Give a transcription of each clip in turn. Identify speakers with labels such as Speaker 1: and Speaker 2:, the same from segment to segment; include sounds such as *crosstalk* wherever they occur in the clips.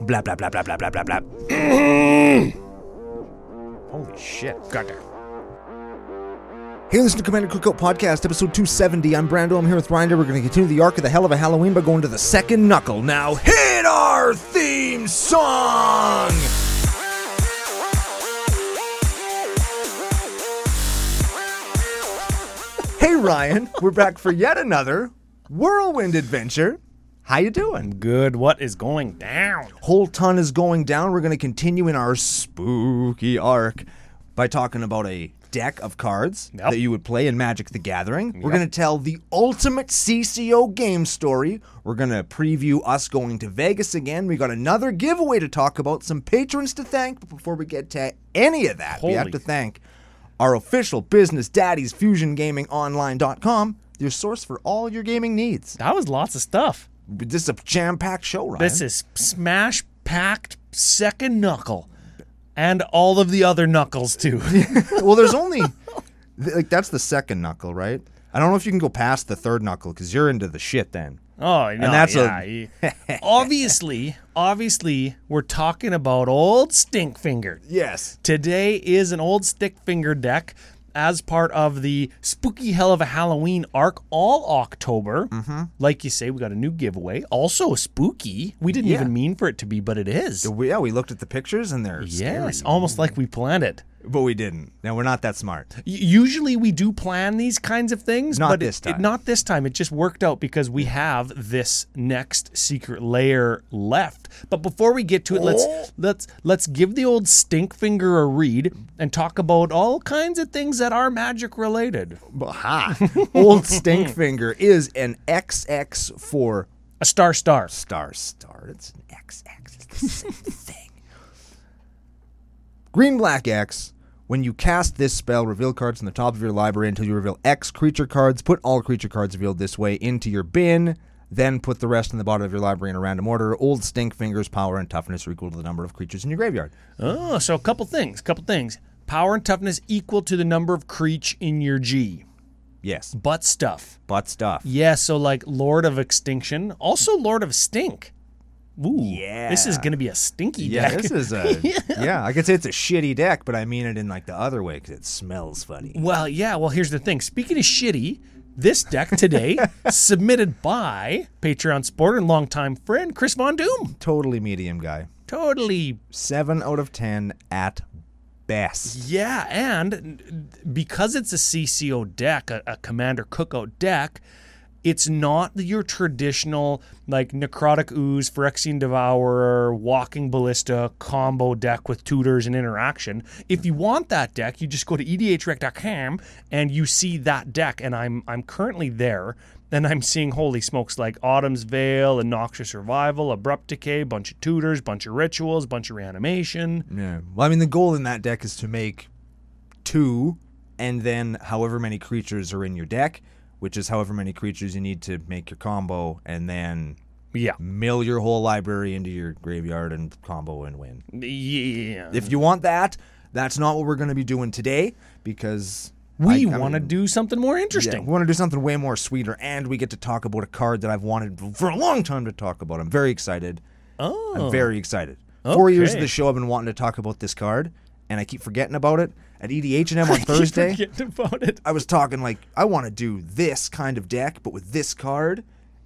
Speaker 1: Blah, blah, blah, blah, blah, blah, blah, *clears throat* blah. Holy shit. Goddamn.
Speaker 2: Hey, listen to Commander Cookout Podcast, episode 270. I'm Brando. I'm here with Rynder. We're going to continue the arc of the hell of a Halloween by going to the second knuckle. Now, hit our theme song! Hey, Ryan. We're back for yet another whirlwind adventure. How you doing?
Speaker 1: Good. What is going down?
Speaker 2: whole ton is going down. We're going to continue in our spooky arc by talking about a deck of cards
Speaker 1: Yep.
Speaker 2: that you would play in Magic the Gathering. We're going to tell the ultimate CCO game story. We're going to preview us going to Vegas again. We got another giveaway to talk about, some patrons to thank. But before we get to any of that, we have
Speaker 1: Holy
Speaker 2: to thank our official business daddies, FusionGamingOnline.com, your source for all your gaming needs.
Speaker 1: That was lots of stuff.
Speaker 2: This is a jam-packed show, Ryan.
Speaker 1: This is smash packed second knuckle. And all of the other knuckles too. *laughs*
Speaker 2: well, there's only th- like that's the second knuckle, right? I don't know if you can go past the third knuckle because you're into the shit then.
Speaker 1: Oh, no,
Speaker 2: that's
Speaker 1: yeah.
Speaker 2: a-
Speaker 1: *laughs* y- obviously, obviously, we're talking about old stink finger.
Speaker 2: Yes.
Speaker 1: Today is an old stick finger deck as part of the spooky hell of a Halloween arc all October. Mm-hmm. Like you say, we got a new giveaway. Also spooky. We didn't
Speaker 2: Yeah.
Speaker 1: even mean for it to be, but it is.
Speaker 2: We, yeah, we looked at the pictures and they're
Speaker 1: Yes,
Speaker 2: scary,
Speaker 1: almost like we planned it.
Speaker 2: but we didn't. No, we're not that smart.
Speaker 1: U- Usually we do plan these kinds of things,
Speaker 2: Not
Speaker 1: but
Speaker 2: this
Speaker 1: it- it-
Speaker 2: time.
Speaker 1: not this time. It just worked out because we have this next secret layer left. But before we get to it,
Speaker 2: Oh.
Speaker 1: let's let's let's give the old stink finger a read and talk about all kinds of things that are magic related.
Speaker 2: But ha! *laughs* Old Stinkfinger is an XX for
Speaker 1: A star star.
Speaker 2: star star. It's an XX. It's the same *laughs* thing. Green black X. When you cast this spell, reveal cards from the top of your library until you reveal X creature cards. Put all creature cards revealed this way into your bin. Then put the rest in the bottom of your library in a random order. Old stink fingers power and toughness are equal to the number of creatures in your graveyard.
Speaker 1: Oh, so a couple things, couple things. Power and toughness equal to the number of creature in your G.
Speaker 2: Yes,
Speaker 1: Butt stuff.
Speaker 2: but stuff.
Speaker 1: Yeah, so like Lord of Extinction, also Lord of Stink. Ooh, this is
Speaker 2: Yeah.
Speaker 1: gonna be a stinky
Speaker 2: Yeah,
Speaker 1: deck.
Speaker 2: this is a *laughs* yeah. I could say it's a shitty deck, but I mean it in like the other way because it smells funny.
Speaker 1: well, yeah. Well, here's the thing. Speaking of shitty, this deck
Speaker 2: *laughs*
Speaker 1: today submitted by Patreon supporter and longtime friend Chris Von Doom.
Speaker 2: Totally medium guy.
Speaker 1: Totally,
Speaker 2: Seven out of ten at best.
Speaker 1: yeah. And because it's a CCO deck, a, a Commander Cookout deck. It's not your traditional like necrotic ooze, Phyrexian devourer, walking ballista combo deck with tutors and interaction. If you want that deck, you just go to E edhrec.com and you see that deck. And I'm I'm currently there, and I'm seeing holy smokes like Autumn's Veil and Noxious Revival, Abrupt Decay, bunch of tutors, bunch of rituals, bunch of reanimation.
Speaker 2: Yeah. Well, I mean, the goal in that deck is to make two, and then however many creatures are in your deck, which is however many creatures you need to make your combo, and then
Speaker 1: Yeah,
Speaker 2: mill your whole library into your graveyard and combo and win.
Speaker 1: yeah.
Speaker 2: If you want that, that's not what we're going to be doing today because
Speaker 1: We
Speaker 2: I- I
Speaker 1: want to
Speaker 2: mean,
Speaker 1: do something more
Speaker 2: yeah,
Speaker 1: interesting.
Speaker 2: we want to do something way more sweeter, and we get to talk about a card that I've wanted for a long time to talk about. I'm very excited.
Speaker 1: Oh.
Speaker 2: I'm very excited. Four years of
Speaker 1: Okay.
Speaker 2: the show, I've been wanting to talk about this card, and I keep forgetting about it. At E
Speaker 1: *laughs*
Speaker 2: EDH&M on *laughs* Thursday,
Speaker 1: Forget about it.
Speaker 2: I was talking like, I want to do this kind of deck, but with this card.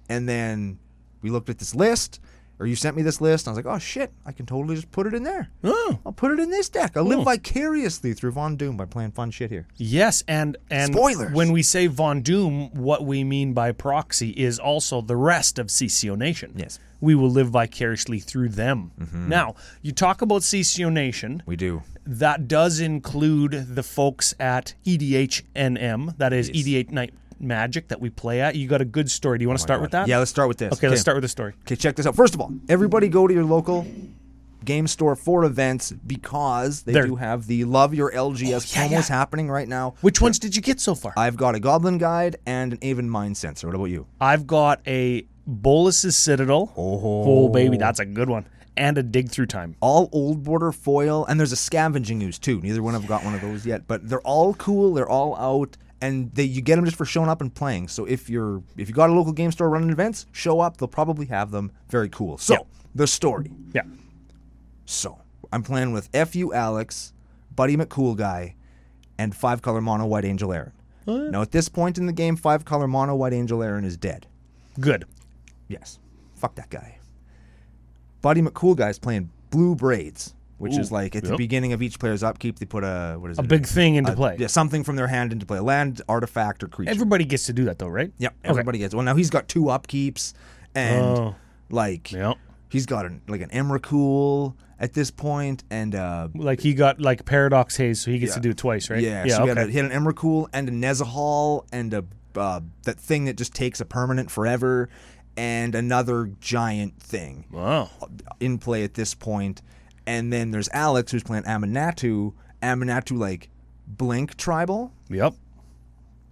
Speaker 2: And then we looked at this list, or you sent me this list, and I was like, oh shit, I can totally just put it in there.
Speaker 1: Oh.
Speaker 2: I'll put it in this deck. I'll live vicariously through Von Doom by playing fun shit here.
Speaker 1: Yes, and and
Speaker 2: Spoilers.
Speaker 1: when we say Von Doom, what we mean by proxy is also the rest of CCO Nation.
Speaker 2: Yes. Mm-hmm.
Speaker 1: We will live vicariously through them. Now, you talk about CCO Nation.
Speaker 2: We do.
Speaker 1: That does include the folks at E EDHNM, that is EDH Night Magic that we play at. You got a good story. Do you want to start with that?
Speaker 2: Oh Yeah, let's start with this.
Speaker 1: Okay, let's start with the story.
Speaker 2: Okay, check this out. First of all, everybody go to your local game store for events because they
Speaker 1: They're-
Speaker 2: do have the Love Your LGS
Speaker 1: Oh, yeah,
Speaker 2: promos
Speaker 1: yeah.
Speaker 2: happening right now.
Speaker 1: Which ones did you get so far?
Speaker 2: I've got a Goblin Guide and an Avon Mind Sensor. What about you?
Speaker 1: I've got a Bolus's Citadel. Oh. baby, that's a good one. And a dig through time.
Speaker 2: All old border foil, and there's a scavenging ooze too. Neither one of them got one of those yet, but they're all cool. They're all out, and they you get them just for showing up and playing. So if you're if you got a local game store running events, show up. They'll probably have them. Very cool. So
Speaker 1: Yeah.
Speaker 2: the story.
Speaker 1: Yeah.
Speaker 2: So I'm playing with FU Alex, Buddy McCool Guy, and Five Color Mono White Angel Aaron. Now, at this point in the game, Five Color Mono White Angel Aaron is dead.
Speaker 1: Good.
Speaker 2: Yes. Fuck that guy. Buddy McCool Guy's playing Blue Braids, which is
Speaker 1: Ooh,
Speaker 2: like at the
Speaker 1: yep.
Speaker 2: beginning of each player's upkeep, they put a, what is
Speaker 1: A
Speaker 2: it?
Speaker 1: big thing into
Speaker 2: Uh,
Speaker 1: play.
Speaker 2: Yeah, something from their hand into play. Land, artifact, or creature.
Speaker 1: Everybody gets to do that though, right?
Speaker 2: Yep.
Speaker 1: Okay.
Speaker 2: Everybody gets one. Now he's got two upkeeps and
Speaker 1: Oh.
Speaker 2: like
Speaker 1: Yep.
Speaker 2: he's got an like an Emrakul at this point and uh
Speaker 1: Like he got like paradox haze, so he gets
Speaker 2: Yeah.
Speaker 1: to do it twice, right?
Speaker 2: yeah,
Speaker 1: Yeah.
Speaker 2: so he, had
Speaker 1: okay.
Speaker 2: a, he had an Emrakul and a Nezahal and a uh, that thing that just takes a permanent forever and another giant thing
Speaker 1: wow.
Speaker 2: in play at this point. And then there's Alex who's playing Aminatu, Aminatu like blink tribal.
Speaker 1: Yep.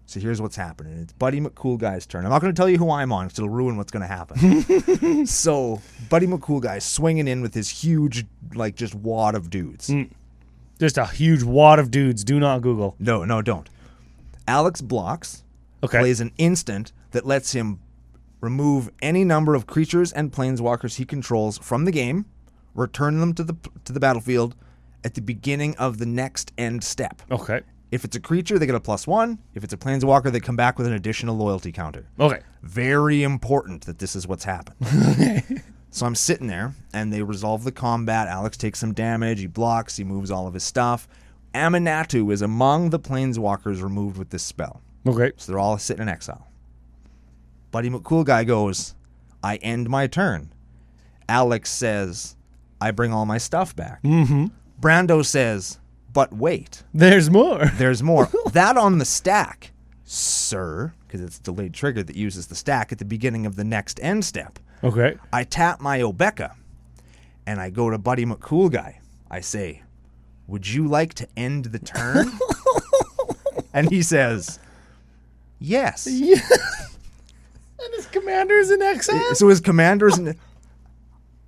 Speaker 2: So here's what's happening. It's Buddy McCool Guy's turn. I'm not going to tell you who I'm on 'cause it'll ruin what's going to happen. so Buddy McCool Guy swinging in with his huge, like, just wad of dudes.
Speaker 1: Just a huge wad of dudes. Do not Google.
Speaker 2: No, no, don't. Alex blocks,
Speaker 1: Okay.
Speaker 2: plays an instant that lets him remove any number of creatures and planeswalkers he controls from the game, return them to the to the battlefield at the beginning of the next end step.
Speaker 1: Okay.
Speaker 2: If it's a creature, they get a plus one. If it's a planeswalker, they come back with an additional loyalty counter.
Speaker 1: Okay.
Speaker 2: very important that this is what's happened. so I'm sitting there, and they resolve the combat. Alex takes some damage. He blocks. He moves all of his stuff. Aminatu is among the planeswalkers removed with this spell.
Speaker 1: Okay.
Speaker 2: So they're all sitting in exile. Buddy McCool Guy goes, I end my turn. Alex says, I bring all my stuff back. Mm-hmm. Brando says, But wait,
Speaker 1: There's more. *laughs*
Speaker 2: there's more. that on the stack, sir, because it's delayed trigger that uses the stack at the beginning of the next end step.
Speaker 1: Okay.
Speaker 2: I tap my Obeka and I go to Buddy McCool Guy. I say, Would you like to end the turn? and he says, Yes.
Speaker 1: And his commander's in exile.
Speaker 2: So his commander's in.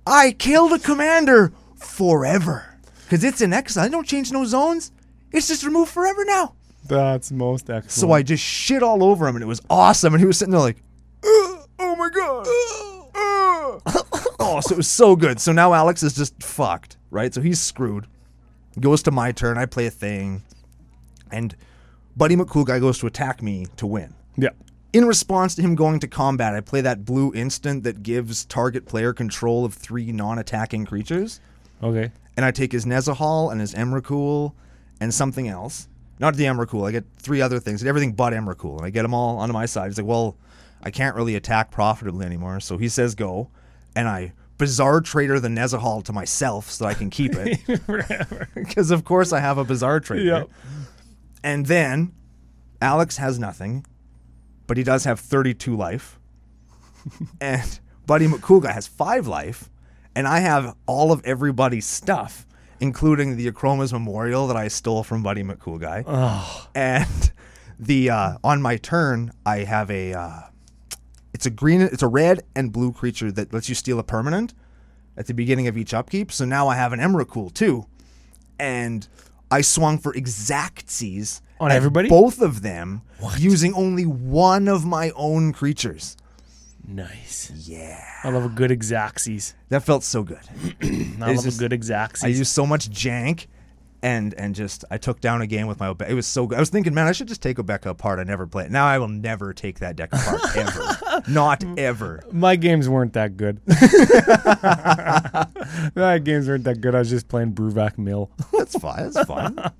Speaker 2: I kill the commander forever. Because it's in exile. I don't change no zones. It's just removed forever now.
Speaker 1: That's most excellent.
Speaker 2: So I just shit all over him, and it was awesome. And he was sitting there like, "Uh, "Oh my god!" uh." *laughs* oh, so it was so good. So now Alex is just fucked, right? So he's screwed. Goes to my turn. I play a thing, and Buddy McCool guy goes to attack me to win.
Speaker 1: yeah.
Speaker 2: In response to him going to combat, I play that blue instant that gives target player control of three non-attacking creatures
Speaker 1: Okay. *laughs*
Speaker 2: and I take his Nezahal and his Emrakul and something else. Not the Emrakul. I get three other things, everything but Emrakul, and I get them all onto my side. He's like, "Well, I can't really attack profitably anymore," so he says, "Go," and I bizarre trader the Nezahal to myself so I can keep it
Speaker 1: Forever.
Speaker 2: because, of course, I have a bizarre trader.
Speaker 1: Yep.
Speaker 2: And then Alex has nothing, but he does have 32 life. and Buddy McCool guy has five life, and I have all of everybody's stuff, including the Acromas Memorial that I stole from Buddy McCool guy. And the uh, on my turn, I have a uh, it's a green, it's a red and blue creature that lets you steal a permanent at the beginning of each upkeep. So now I have an Emrakul too, and I swung for exactsies
Speaker 1: On
Speaker 2: at
Speaker 1: everybody?
Speaker 2: both of them, using only one of my own creatures.
Speaker 1: Nice.
Speaker 2: Yeah,
Speaker 1: I love a good exacxies.
Speaker 2: that felt so good.
Speaker 1: I
Speaker 2: It's
Speaker 1: love a
Speaker 2: just-
Speaker 1: good exacxies.
Speaker 2: I used so much jank. And and just I took down a game with my Obe- it was so good. I was thinking, man, I should just take Obeka apart. I never play it. Now I will never take that deck
Speaker 1: *laughs*
Speaker 2: apart ever, not ever.
Speaker 1: My games weren't that
Speaker 2: *laughs*
Speaker 1: good. *laughs* My games weren't that good. I was just playing Bruvac Mill. *laughs*
Speaker 2: That's fine. That's fine.
Speaker 1: That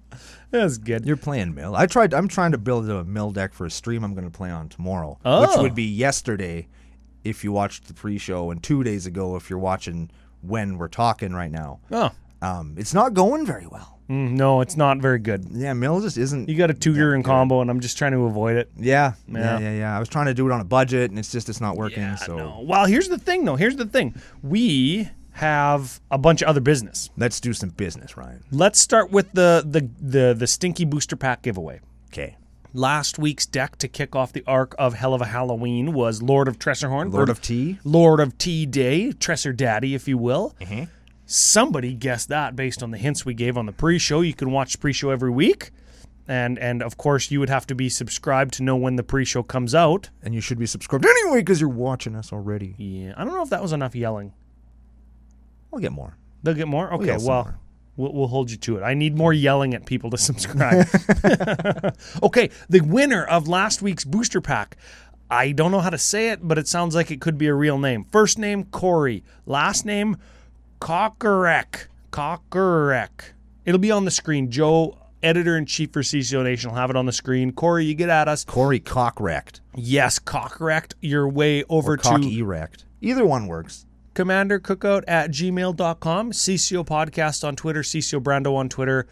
Speaker 1: was good.
Speaker 2: You're playing mill. I tried. I'm trying to build a mill deck for a stream I'm going to play on tomorrow, which
Speaker 1: Oh.
Speaker 2: would be yesterday if you watched the pre-show, and two days ago if you're watching when we're talking right now.
Speaker 1: Oh.
Speaker 2: Um, it's not going very well.
Speaker 1: Mm, no, it's not very good.
Speaker 2: Yeah, mill just isn't.
Speaker 1: You got a two year in combo, and I'm just trying to avoid it.
Speaker 2: yeah, yeah, yeah,
Speaker 1: Yeah.
Speaker 2: yeah, I was trying to do it on a budget, and it's just it's not working. so
Speaker 1: no. Well, here's the thing, though. Here's the thing. We have a bunch of other business.
Speaker 2: let's do some business, Ryan.
Speaker 1: Let's start with the the the, the stinky booster pack giveaway.
Speaker 2: Okay.
Speaker 1: Last week's deck to kick off the arc of Hell of a Halloween was Lord of Tressorhorn.
Speaker 2: Lord
Speaker 1: or
Speaker 2: of Tea.
Speaker 1: Lord of Tea Day, Tresser Daddy, if you will.
Speaker 2: Mm-hmm.
Speaker 1: Somebody guessed that based on the hints we gave on the pre-show. You can watch pre-show every week, and and of course you would have to be subscribed to know when the pre-show comes out.
Speaker 2: And you should be subscribed anyway because you're watching us already.
Speaker 1: Yeah, I don't know if that was enough yelling.
Speaker 2: We'll get more.
Speaker 1: They'll get more. Okay,
Speaker 2: get some
Speaker 1: well,
Speaker 2: more.
Speaker 1: we'll we'll hold you to it. I need more yelling at people to *laughs* subscribe. okay, the winner of last week's booster pack. I don't know how to say it, but it sounds like it could be a real name. First name Corey, last name Cockerek. Cockerek. It'll be on the screen. Joe, editor in chief for CCO Nation, will have it on the screen. Corey, you get at us.
Speaker 2: Corey cock wrecked
Speaker 1: Yes, Cockerek. Your way over
Speaker 2: or
Speaker 1: to
Speaker 2: cock erect. Either one works.
Speaker 1: commandercookout at gmail.com, CCO Podcast on Twitter, CCO Brando on Twitter.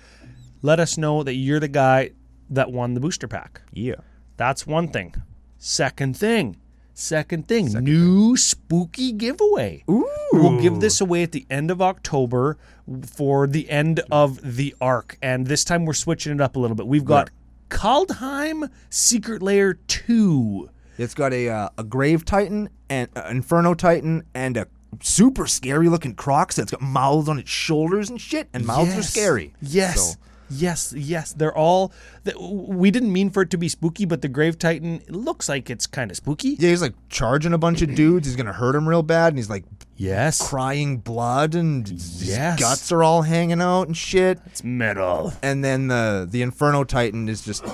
Speaker 1: Let us know that you're the guy that won the booster pack.
Speaker 2: Yeah.
Speaker 1: That's one thing. Second thing, second thing, new spooky giveaway. Ooh. We'll give this away at the end of October for the end of the arc. And this time we're switching it up a little bit. We've got Kaldheim Secret Layer 2.
Speaker 2: It's got a uh, a grave titan and uh, inferno titan and a super scary looking croc that's got mouths on its shoulders and shit. And mouths are
Speaker 1: Yes.
Speaker 2: scary.
Speaker 1: Yes.
Speaker 2: So-
Speaker 1: Yes, yes, they're all. th- We didn't mean for it to be spooky, but the Grave Titan it looks like it's kind of spooky.
Speaker 2: yeah, he's like charging a bunch of dudes. He's gonna hurt him real bad, and he's like
Speaker 1: Yes,
Speaker 2: crying blood, and his
Speaker 1: Yes.
Speaker 2: guts are all hanging out and shit.
Speaker 1: it's metal.
Speaker 2: and then the the Inferno Titan is just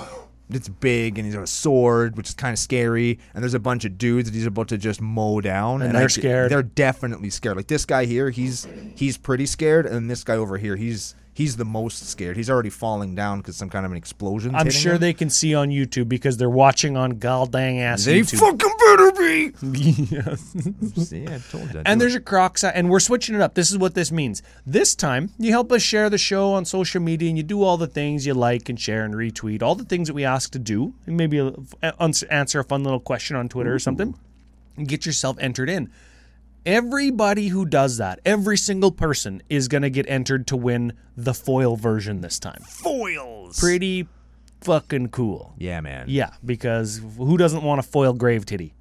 Speaker 2: it's big and he's got a sword, which is kind of scary. And there's a bunch of dudes that he's about to just mow down, and,
Speaker 1: they're
Speaker 2: I-
Speaker 1: scared.
Speaker 2: They're definitely scared. Like this guy here, he's he's pretty scared, and this guy over here, he's he's the most scared. He's already falling down because some kind of an explosion.
Speaker 1: I'm sure they can see on YouTube because they're watching on goddamn ass
Speaker 2: They
Speaker 1: YouTube.
Speaker 2: fucking better be.
Speaker 1: *laughs* Yes.
Speaker 2: See, I told you.
Speaker 1: And there's a croc si- and we're switching it up. This is what this means. This time, you help us share the show on social media, and you do all the things you like and share and retweet, all the things that we ask to do, and maybe uh, a, ans- answer a fun little question on Twitter or something, and get yourself entered in. Everybody who does that, every single person, is going to get entered to win the foil version this time.
Speaker 2: foils.
Speaker 1: Pretty fucking cool.
Speaker 2: yeah, man.
Speaker 1: Yeah, because who doesn't want a foil grave titty?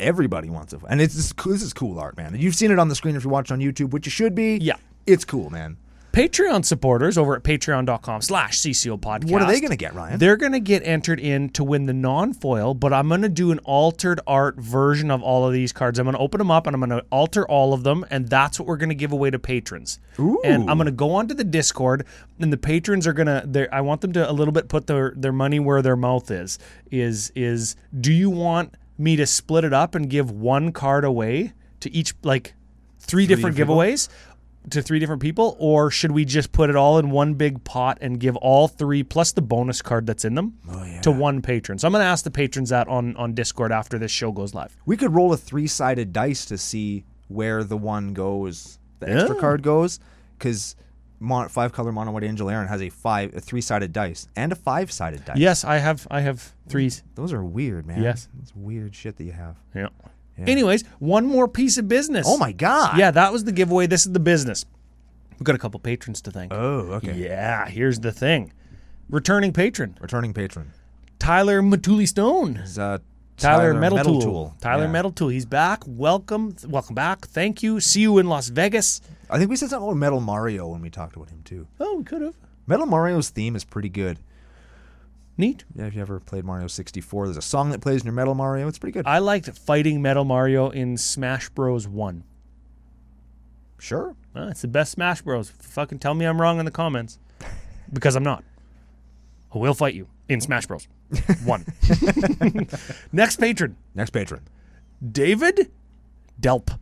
Speaker 2: everybody wants it. And it's this, this is cool art, man. You've seen it on the screen if you watch on YouTube, which you should be.
Speaker 1: Yeah.
Speaker 2: it's cool, man.
Speaker 1: Patreon supporters over at patreon.com slash CCO podcast.
Speaker 2: What are they gonna get, Ryan?
Speaker 1: They're going to get entered in to win the non foil, but I'm going to do an altered art version of all of these cards. I'm going to open them up and I'm going to alter all of them, and that's what we're going to give away to patrons.
Speaker 2: Ooh.
Speaker 1: And I'm going to go onto the Discord, and the patrons are going to. I want them to a little bit put their their money where their mouth is. Is is do you want me to split it up and give one card away to each like three, different giveaways? To three different people, or should we just put it all in one big pot and give all three plus the bonus card that's in them
Speaker 2: Oh,
Speaker 1: to one patron? So I'm going to ask the patrons that on on Discord after this show goes live.
Speaker 2: We could roll a three sided dice to see where the one goes, the extra card goes, because mon- five color mono white angel Aaron has a five, a three sided dice and a five sided dice.
Speaker 1: Yes, I have I have threes.
Speaker 2: those are weird, man.
Speaker 1: Yes.
Speaker 2: it's weird shit that you have.
Speaker 1: Yeah. Anyways, one more piece of business.
Speaker 2: Oh my god.
Speaker 1: Yeah, that was the giveaway. This is the business. We've got a couple patrons to thank.
Speaker 2: Oh, okay.
Speaker 1: Yeah, here's the thing. Returning patron,
Speaker 2: Returning patron
Speaker 1: Tyler Matuli Stone.
Speaker 2: is uh,
Speaker 1: Tyler, Metal, Tool. Tyler
Speaker 2: Yeah.
Speaker 1: Metal Tool. He's back. Welcome. Th- Welcome back. Thank you. See you in Las Vegas.
Speaker 2: I think we said something about Metal Mario when we talked about him too.
Speaker 1: Oh, we could have.
Speaker 2: Metal Mario's theme is pretty good.
Speaker 1: Neat.
Speaker 2: Yeah, if you ever played Mario 64, there's a song that plays in your Metal Mario. It's pretty good.
Speaker 1: I liked fighting Metal Mario in Smash Bros. 1.
Speaker 2: sure.
Speaker 1: Well, it's the best Smash Bros. Fucking tell me I'm wrong in the comments because I'm not. I will fight you in Smash Bros. 1. *laughs* Next patron.
Speaker 2: Next patron.
Speaker 1: David Delp.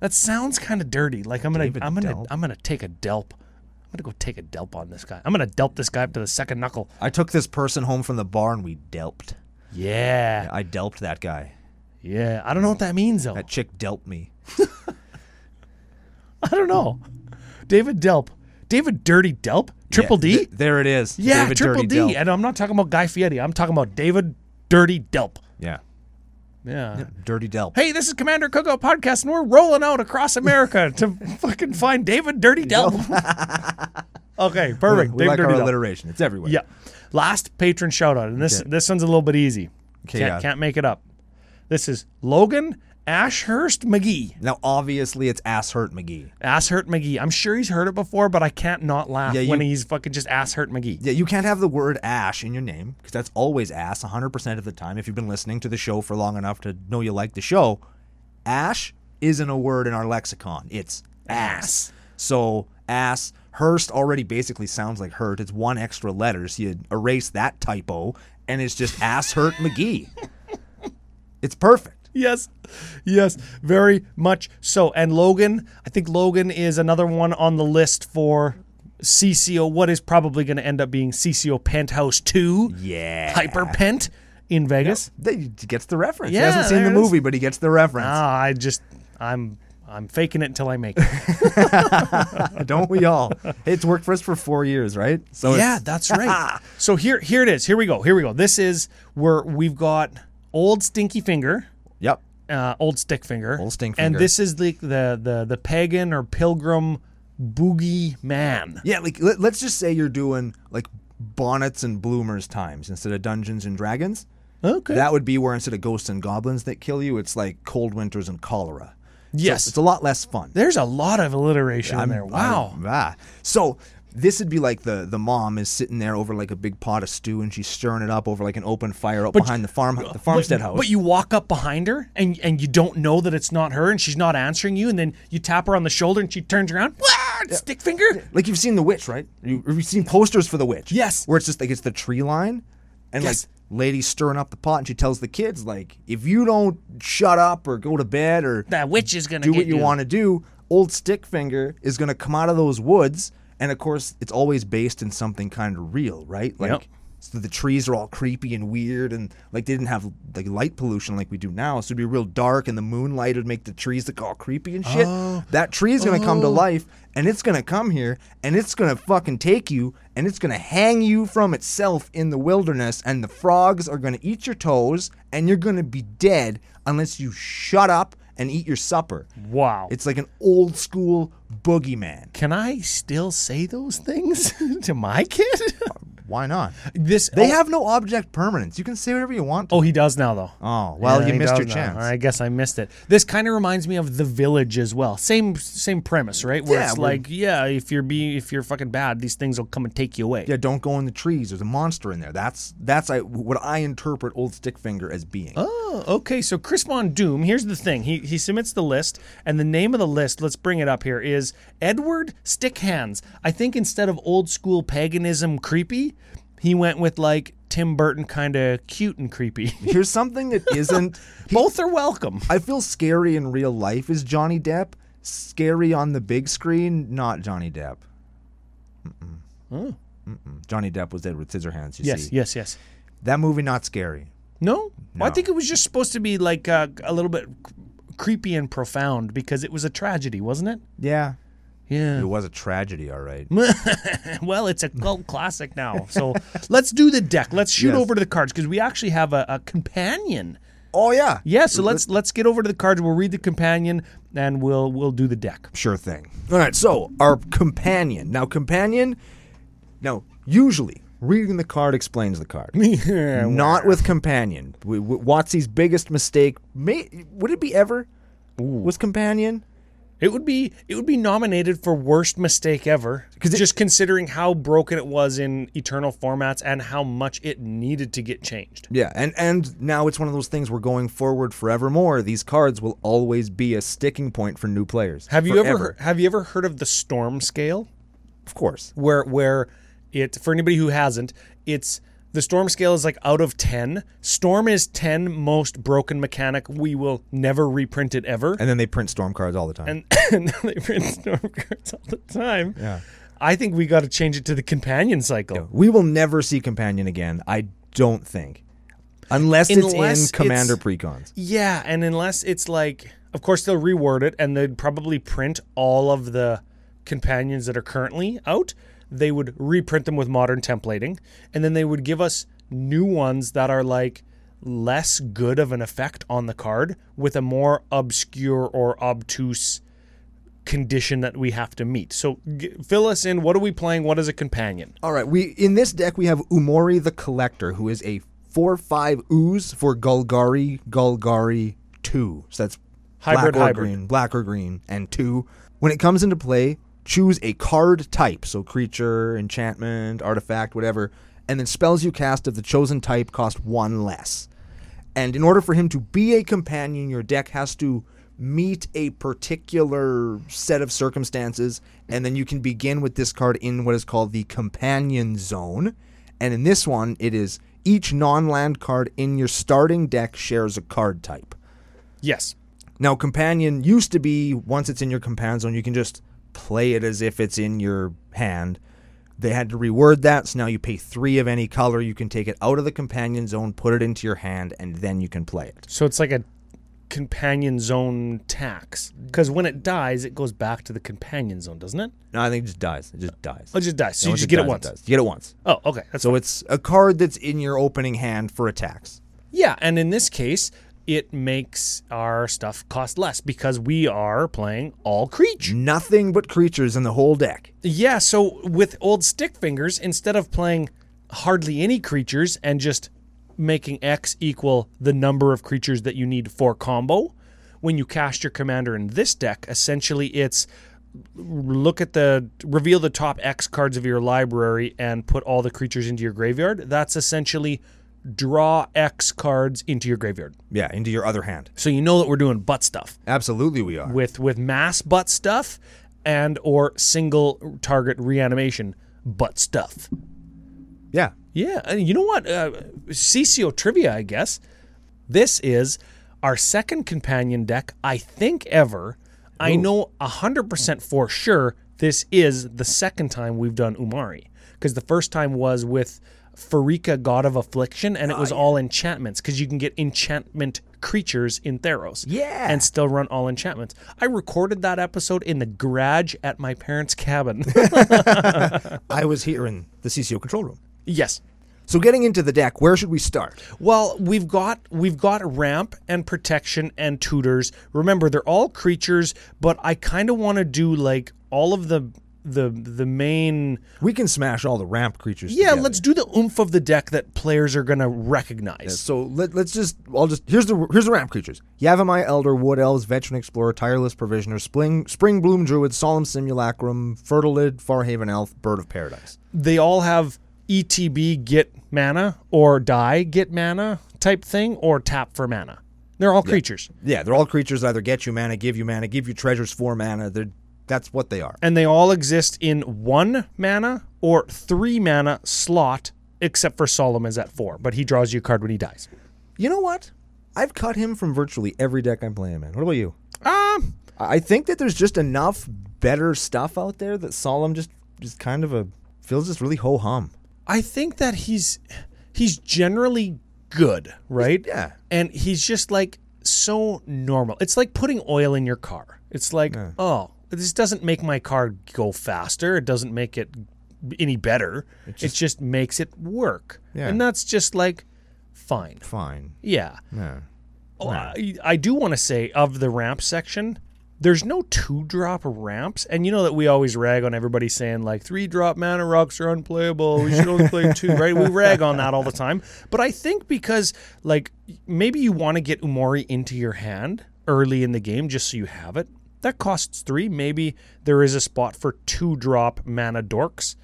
Speaker 1: That sounds kind of dirty. Like I'm gonna,
Speaker 2: David
Speaker 1: I'm gonna,
Speaker 2: Delp.
Speaker 1: I'm gonna take a delp. I'm gonna go take a delp on this guy. I'm gonna delp this guy up to the second knuckle.
Speaker 2: I took this person home from the bar and we delped.
Speaker 1: Yeah,
Speaker 2: I delped that guy.
Speaker 1: yeah. I don't know what that means though.
Speaker 2: That chick delped me.
Speaker 1: *laughs* I don't know. David Delp. David Dirty Delp. Triple
Speaker 2: Yeah,
Speaker 1: D.
Speaker 2: th- there it is.
Speaker 1: yeah,
Speaker 2: David
Speaker 1: Triple
Speaker 2: Dirty
Speaker 1: D.
Speaker 2: Delp.
Speaker 1: And I'm not talking about Guy Fieri. I'm talking about David Dirty Delp.
Speaker 2: Yeah.
Speaker 1: Yeah.
Speaker 2: Dirty Delp.
Speaker 1: Hey, this is Commander Coco podcast, and we're rolling out across America
Speaker 2: *laughs*
Speaker 1: to fucking find David Dirty Delp. *laughs* okay,
Speaker 2: we
Speaker 1: perfect.
Speaker 2: we
Speaker 1: David
Speaker 2: like
Speaker 1: Dirty
Speaker 2: our
Speaker 1: Delp.
Speaker 2: alliteration. It's everywhere.
Speaker 1: Yeah. Last patron shout out. And this this one's a little bit easy. can't,
Speaker 2: Okay, yeah.
Speaker 1: can't make it up. This is Logan Ashurst McGee.
Speaker 2: Now, obviously, it's ass hurt McGee.
Speaker 1: Ashurst McGee. I'm sure he's heard it before, but I can't not laugh
Speaker 2: Yeah,
Speaker 1: when
Speaker 2: you-
Speaker 1: he's fucking just Ashurst McGee.
Speaker 2: Yeah, you can't have the word ash in your name because that's always ass 100% of the time if you've been listening to the show for long enough to know you like the show. Ash isn't a word in our lexicon. It's ass. So ass. Hearst already basically sounds like hurt. It's one extra letter, so you erase that typo, and it's just ass
Speaker 1: *laughs*
Speaker 2: hurt McGee. It's perfect.
Speaker 1: Yes, yes, very much so. And Logan, I think Logan is another one on the list for CCO. What is probably going to end up being CCO Penthouse Two,
Speaker 2: Yeah.
Speaker 1: Hyper Pent in Vegas.
Speaker 2: They- He gets the reference.
Speaker 1: Yeah,
Speaker 2: he hasn't seen the
Speaker 1: there it is.
Speaker 2: movie, but he gets the reference.
Speaker 1: Ah, I just I'm I'm faking it until I make it.
Speaker 2: *laughs*
Speaker 1: Uh-huh.
Speaker 2: Don't we all? It's worked for us for four years, right? So
Speaker 1: yeah,
Speaker 2: it's-
Speaker 1: that's
Speaker 2: *laughs*
Speaker 1: right. so here here it is. Here we go. Here we go. This is where we've got old stinky finger.
Speaker 2: Yep.
Speaker 1: uh, old stick finger.
Speaker 2: Old stink
Speaker 1: And
Speaker 2: finger.
Speaker 1: this is the the the, the pagan or pilgrim boogie man.
Speaker 2: Yeah, like let, let's just say you're doing like bonnets and bloomers times instead of Dungeons and Dragons.
Speaker 1: Okay.
Speaker 2: That would be where instead of ghosts and goblins that kill you, it's like cold winters and cholera. So
Speaker 1: Yes.
Speaker 2: it's a lot less fun.
Speaker 1: There's a lot of alliteration in there. Wow.
Speaker 2: I- ah. So this would be like the the mom is sitting there over like a big pot of stew and she's stirring it up over like an open fire up behind the farm the farmstead
Speaker 1: uh, but,
Speaker 2: house.
Speaker 1: But you walk up behind her and and you don't know that it's not her and she's not answering you and then you tap her on the shoulder and she turns around. "Wah!" Stick finger.
Speaker 2: like you've seen the witch, right? You, you've seen posters for the witch.
Speaker 1: Yes.
Speaker 2: Where it's just like it's the tree line, and
Speaker 1: Yes.
Speaker 2: like lady stirring up the pot, and she tells the kids like, if you don't shut up or go to bed or
Speaker 1: That witch is gonna
Speaker 2: do
Speaker 1: get
Speaker 2: what you want to do, old stick finger is gonna come out of those woods, and of course it's always based in something kind of real, right? Like.
Speaker 1: Yep.
Speaker 2: So the trees are all creepy and weird, and like they didn't have like light pollution like we do now. So it'd be real dark, and the moonlight would make the trees look all creepy and shit. That tree is gonna come to life, and it's gonna come here, and it's gonna fucking take you, and it's gonna hang you from itself in the wilderness, and the frogs are gonna eat your toes, and you're gonna be dead unless you shut up and eat your supper.
Speaker 1: Wow.
Speaker 2: It's like an old school boogeyman.
Speaker 1: Can I still say those things *laughs* to my kid? *laughs*
Speaker 2: Why not?
Speaker 1: this
Speaker 2: They
Speaker 1: oh,
Speaker 2: have no object permanence. You can say whatever you want. To.
Speaker 1: Oh, he does now though.
Speaker 2: Oh, well,
Speaker 1: Yeah,
Speaker 2: you
Speaker 1: he
Speaker 2: missed
Speaker 1: does
Speaker 2: your
Speaker 1: now.
Speaker 2: chance.
Speaker 1: I guess I missed it. This kind of reminds me of The Village as well. Same same premise, right? Where
Speaker 2: Yeah,
Speaker 1: it's
Speaker 2: where-
Speaker 1: like, yeah, if you're being if you're fucking bad, these things will come and take you away.
Speaker 2: Yeah, don't go in the trees. There's a monster in there. That's that's I, what I interpret old stick finger as being.
Speaker 1: Oh, okay. So Chris Von Doom, here's the thing. He he submits the list, and the name of the list, let's bring it up here, is Edward Stickhands. I think instead of old school paganism creepy, he went with like Tim Burton kind of cute and creepy. *laughs*
Speaker 2: Here's something that isn't.
Speaker 1: Both are welcome.
Speaker 2: I feel scary in real life is Johnny Depp. Scary on the big screen, not Johnny Depp. Mm-mm. Mm-mm. Johnny Depp was Edward Scissorhands. You
Speaker 1: Oh. Yes,
Speaker 2: see,
Speaker 1: yes, yes.
Speaker 2: that movie not scary.
Speaker 1: No, I think it was just supposed to be like uh, a little bit c- creepy and profound because it was a tragedy, wasn't it?
Speaker 2: Yeah, it
Speaker 1: Yeah.
Speaker 2: was a tragedy. All right.
Speaker 1: Well, it's a
Speaker 2: *laughs*
Speaker 1: cult classic now. So let's do the deck. Let's shoot
Speaker 2: Yes.
Speaker 1: over to the cards because we actually have a, a companion.
Speaker 2: Oh yeah.
Speaker 1: Yeah. So let's let's get over to the cards. We'll read the companion and we'll we'll do the deck.
Speaker 2: Sure thing. All right, so our companion. Now, companion. Now, usually, reading the card explains the *laughs* card. Not with companion. W- w- Watsy's biggest mistake. May, would it be ever? Was companion?
Speaker 1: It would be it would be nominated for worst mistake ever.
Speaker 2: it-
Speaker 1: just considering how broken it was in eternal formats and how much it needed to get changed.
Speaker 2: Yeah, and and now it's one of those things we're going forward forevermore. These cards will always be a sticking point for new players.
Speaker 1: Have you
Speaker 2: Forever.
Speaker 1: ever heard, have you ever heard of the storm scale?
Speaker 2: Of course.
Speaker 1: Where where it for anybody who hasn't, it's the storm scale is like out of 10. Storm is 10 most broken mechanic. We will never reprint it ever.
Speaker 2: And then they print storm cards all the time.
Speaker 1: *laughs* And, they print storm cards all the time.
Speaker 2: Yeah.
Speaker 1: I think we got to change it to the companion cycle.
Speaker 2: we will never see companion again. I don't think, unless,
Speaker 1: Unless
Speaker 2: it's
Speaker 1: it's-
Speaker 2: in commander precons.
Speaker 1: Yeah, and unless it's like, of course they'll reword it, and they'd probably print all of the companions that are currently out. They would reprint them with modern templating, and then they would give us new ones that are like less good of an effect on the card with a more obscure or obtuse condition that we have to meet. So g- fill us in. What are we playing? What is a companion?
Speaker 2: All right, we in this deck we have Umori the Collector, who is a four-five ooze for Golgari Golgari two. So that's
Speaker 1: Hybrid,
Speaker 2: black or
Speaker 1: hybrid.
Speaker 2: green, black or green, and two. When it comes into play, choose a card type, so creature, enchantment, artifact, whatever, and then spells you cast of the chosen type cost one less. And in order for him to be a companion, your deck has to meet a particular set of circumstances, and then you can begin with this card in what is called the companion zone. And in this one, it is each non land card in your starting deck shares a card type.
Speaker 1: Yes.
Speaker 2: Now, companion used to be once it's in your companion zone, you can just play it as if it's in your hand. They had to reword that, so now you pay three of any color. You can take it out of the companion zone, put it into your hand, and then you can play it.
Speaker 1: So it's like a companion zone tax. Because when it dies, it goes back to the companion zone, doesn't it?
Speaker 2: No, I think it just dies. It just dies.
Speaker 1: Oh, it just dies. So
Speaker 2: No,
Speaker 1: you
Speaker 2: once
Speaker 1: just get
Speaker 2: dies,
Speaker 1: it once.
Speaker 2: dies. You get it once.
Speaker 1: Oh, okay. That's
Speaker 2: So it's a card that's in your opening hand for attacks.
Speaker 1: Yeah, and in this case, it makes our stuff cost less because we are playing all creature.
Speaker 2: Nothing but creatures in the whole deck.
Speaker 1: Yeah, so with old stick fingers, instead of playing hardly any creatures and just making X equal the number of creatures that you need for combo, when you cast your commander in this deck, essentially it's look at the reveal the top X cards of your library and put all the creatures into your graveyard. That's essentially draw X cards into your graveyard.
Speaker 2: Yeah, into your other hand.
Speaker 1: So you know that we're doing butt stuff
Speaker 2: Absolutely, we are.
Speaker 1: with with mass butt stuff and or single target reanimation butt stuff.
Speaker 2: Yeah.
Speaker 1: Yeah, and you know what? Uh, CCO trivia, I guess. This is our second companion deck, I think ever. I know hundred percent for sure this is the second time we've done Umari because the first time was with Farika, God of Affliction, and it was all enchantments because you can get enchantment creatures in Theros.
Speaker 2: Yeah.
Speaker 1: and still run all enchantments. I recorded that episode in the garage at my parents' cabin.
Speaker 2: I was here in the CCO control room.
Speaker 1: yes.
Speaker 2: So getting into the deck, where should we start?
Speaker 1: Well, we've got we've got ramp and protection and tutors. Remember, they're all creatures, but I kind of want to do like all of the the the main
Speaker 2: We can smash all the ramp creatures.
Speaker 1: yeah,
Speaker 2: together.
Speaker 1: let's do the oomph of the deck that players are gonna recognize.
Speaker 2: So let, let's just I'll just here's the here's the ramp creatures: Yavimai Elder, Wood Elves, Veteran Explorer, Tireless Provisioner, Spring Spring Bloom Druid, Solemn Simulacrum, Fertilid, Farhaven Elf, Bird of Paradise.
Speaker 1: They all have ETB get mana or die get mana type thing or tap for mana. They're all creatures.
Speaker 2: Yeah, they're all creatures that either get you mana, give you mana, give you treasures for mana. They're that's what they are.
Speaker 1: and they all exist in one mana or three mana slot, except for Solomon's at four, but he draws you a card when he dies.
Speaker 2: You know what? I've cut him from virtually every deck I'm playing, man. What about you?
Speaker 1: Um,
Speaker 2: I I think that there's just enough better stuff out there that Solemn just just kind of a feels just really ho hum.
Speaker 1: I think that he's he's generally good, right?
Speaker 2: Yeah.
Speaker 1: And he's just like so normal. It's like putting oil in your car. It's like, oh, this doesn't make my car go faster. It doesn't make it any better. It just, makes it work.
Speaker 2: Yeah.
Speaker 1: And that's just like fine.
Speaker 2: Fine.
Speaker 1: Yeah.
Speaker 2: Yeah.
Speaker 1: Oh, I, I do want to say of the ramp section, there's no two drop ramps, and you know that we always rag on everybody saying like three drop mana rocks are unplayable. We should only play two, right? We rag on that all the time. But I think because like maybe you want to get Umori into your hand early in the game just so you have it. That costs three. Maybe there is a spot for two drop mana dorks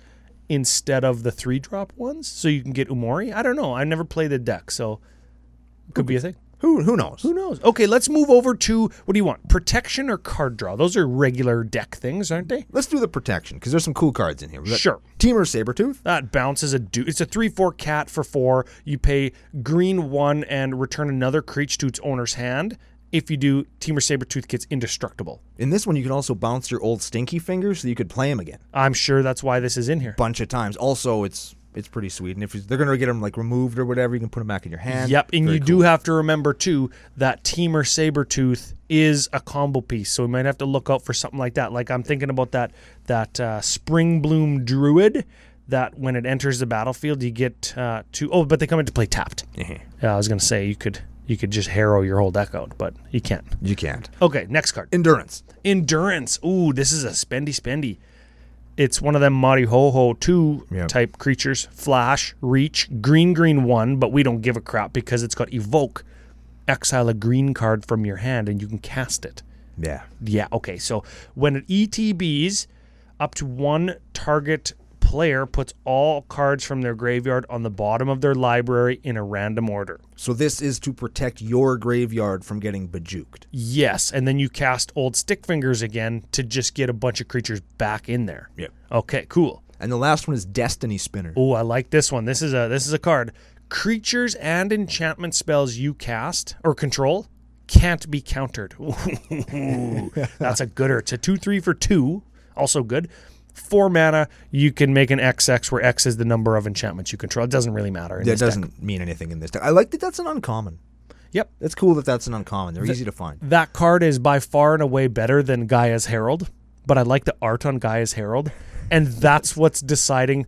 Speaker 1: instead of the three drop ones, so you can get Umori. I don't know. I've never played the deck, so could be a thing.
Speaker 2: Who who knows?
Speaker 1: Who knows? Okay, let's move over to what do you want? Protection or card draw? Those are regular deck things, aren't they?
Speaker 2: Let's do the protection because there's some cool cards in here. We got
Speaker 1: Sure.
Speaker 2: Teamer Sabretooth.
Speaker 1: That bounces a dude. It's a 3 4 cat for 4. You pay green 1 and return another creature to its owner's hand. If you do, Teamer Sabretooth gets indestructible.
Speaker 2: In this one, you can also bounce your old stinky finger so you could play him again.
Speaker 1: I'm sure that's why this is in here.
Speaker 2: Bunch of times. Also, it's it's pretty sweet. And if you- they're gonna get him like removed or whatever, you can put him back in your hand.
Speaker 1: Yep, and
Speaker 2: Very
Speaker 1: you do have to remember too that Teamer Sabretooth is a combo piece, so we might have to look out for something like that. Like I'm thinking about that that uh, Spring Bloom Druid that when it enters the battlefield, you get uh, two oh, but they come into play tapped.
Speaker 2: Mhm.
Speaker 1: Yeah, I was gonna say you could you could just harrow your whole deck out, but you can't.
Speaker 2: You can't.
Speaker 1: Okay, next card.
Speaker 2: Endurance.
Speaker 1: Endurance. Ooh, this is a spendy spendy. It's one of them Mari Ho Ho 2
Speaker 2: Yep.
Speaker 1: type creatures. Flash, Reach, Green Green 1, but we don't give a crap because it's got Evoke. Exile a green card from your hand and you can cast it.
Speaker 2: Yeah.
Speaker 1: E Yeah, okay. So when it ETBs, up to one target player puts all cards from their graveyard on the bottom of their library in a random order.
Speaker 2: So this is to protect your graveyard from getting bejuked.
Speaker 1: Yes, and then you cast old stick fingers again to just get a bunch of creatures back in there.
Speaker 2: Yep.
Speaker 1: Okay, cool.
Speaker 2: And the last one is Destiny Spinner.
Speaker 1: Oh, I like this one. This is a this is a card. Creatures and enchantment spells you cast or control can't be countered. *laughs* Ooh, that's a gooder. It's a two three for two. Also good. Four mana. You can make an XX where X is the number of enchantments you control. It doesn't really matter. in
Speaker 2: That
Speaker 1: this deck.
Speaker 2: doesn't mean anything in this deck. I like that that's an uncommon.
Speaker 1: Yep.
Speaker 2: That's cool that that's an uncommon. They're easy
Speaker 1: *laughs*
Speaker 2: to find.
Speaker 1: That card is by far and away better than Gaia's Herald, but I like the art on Gaia's Herald, and that's what's deciding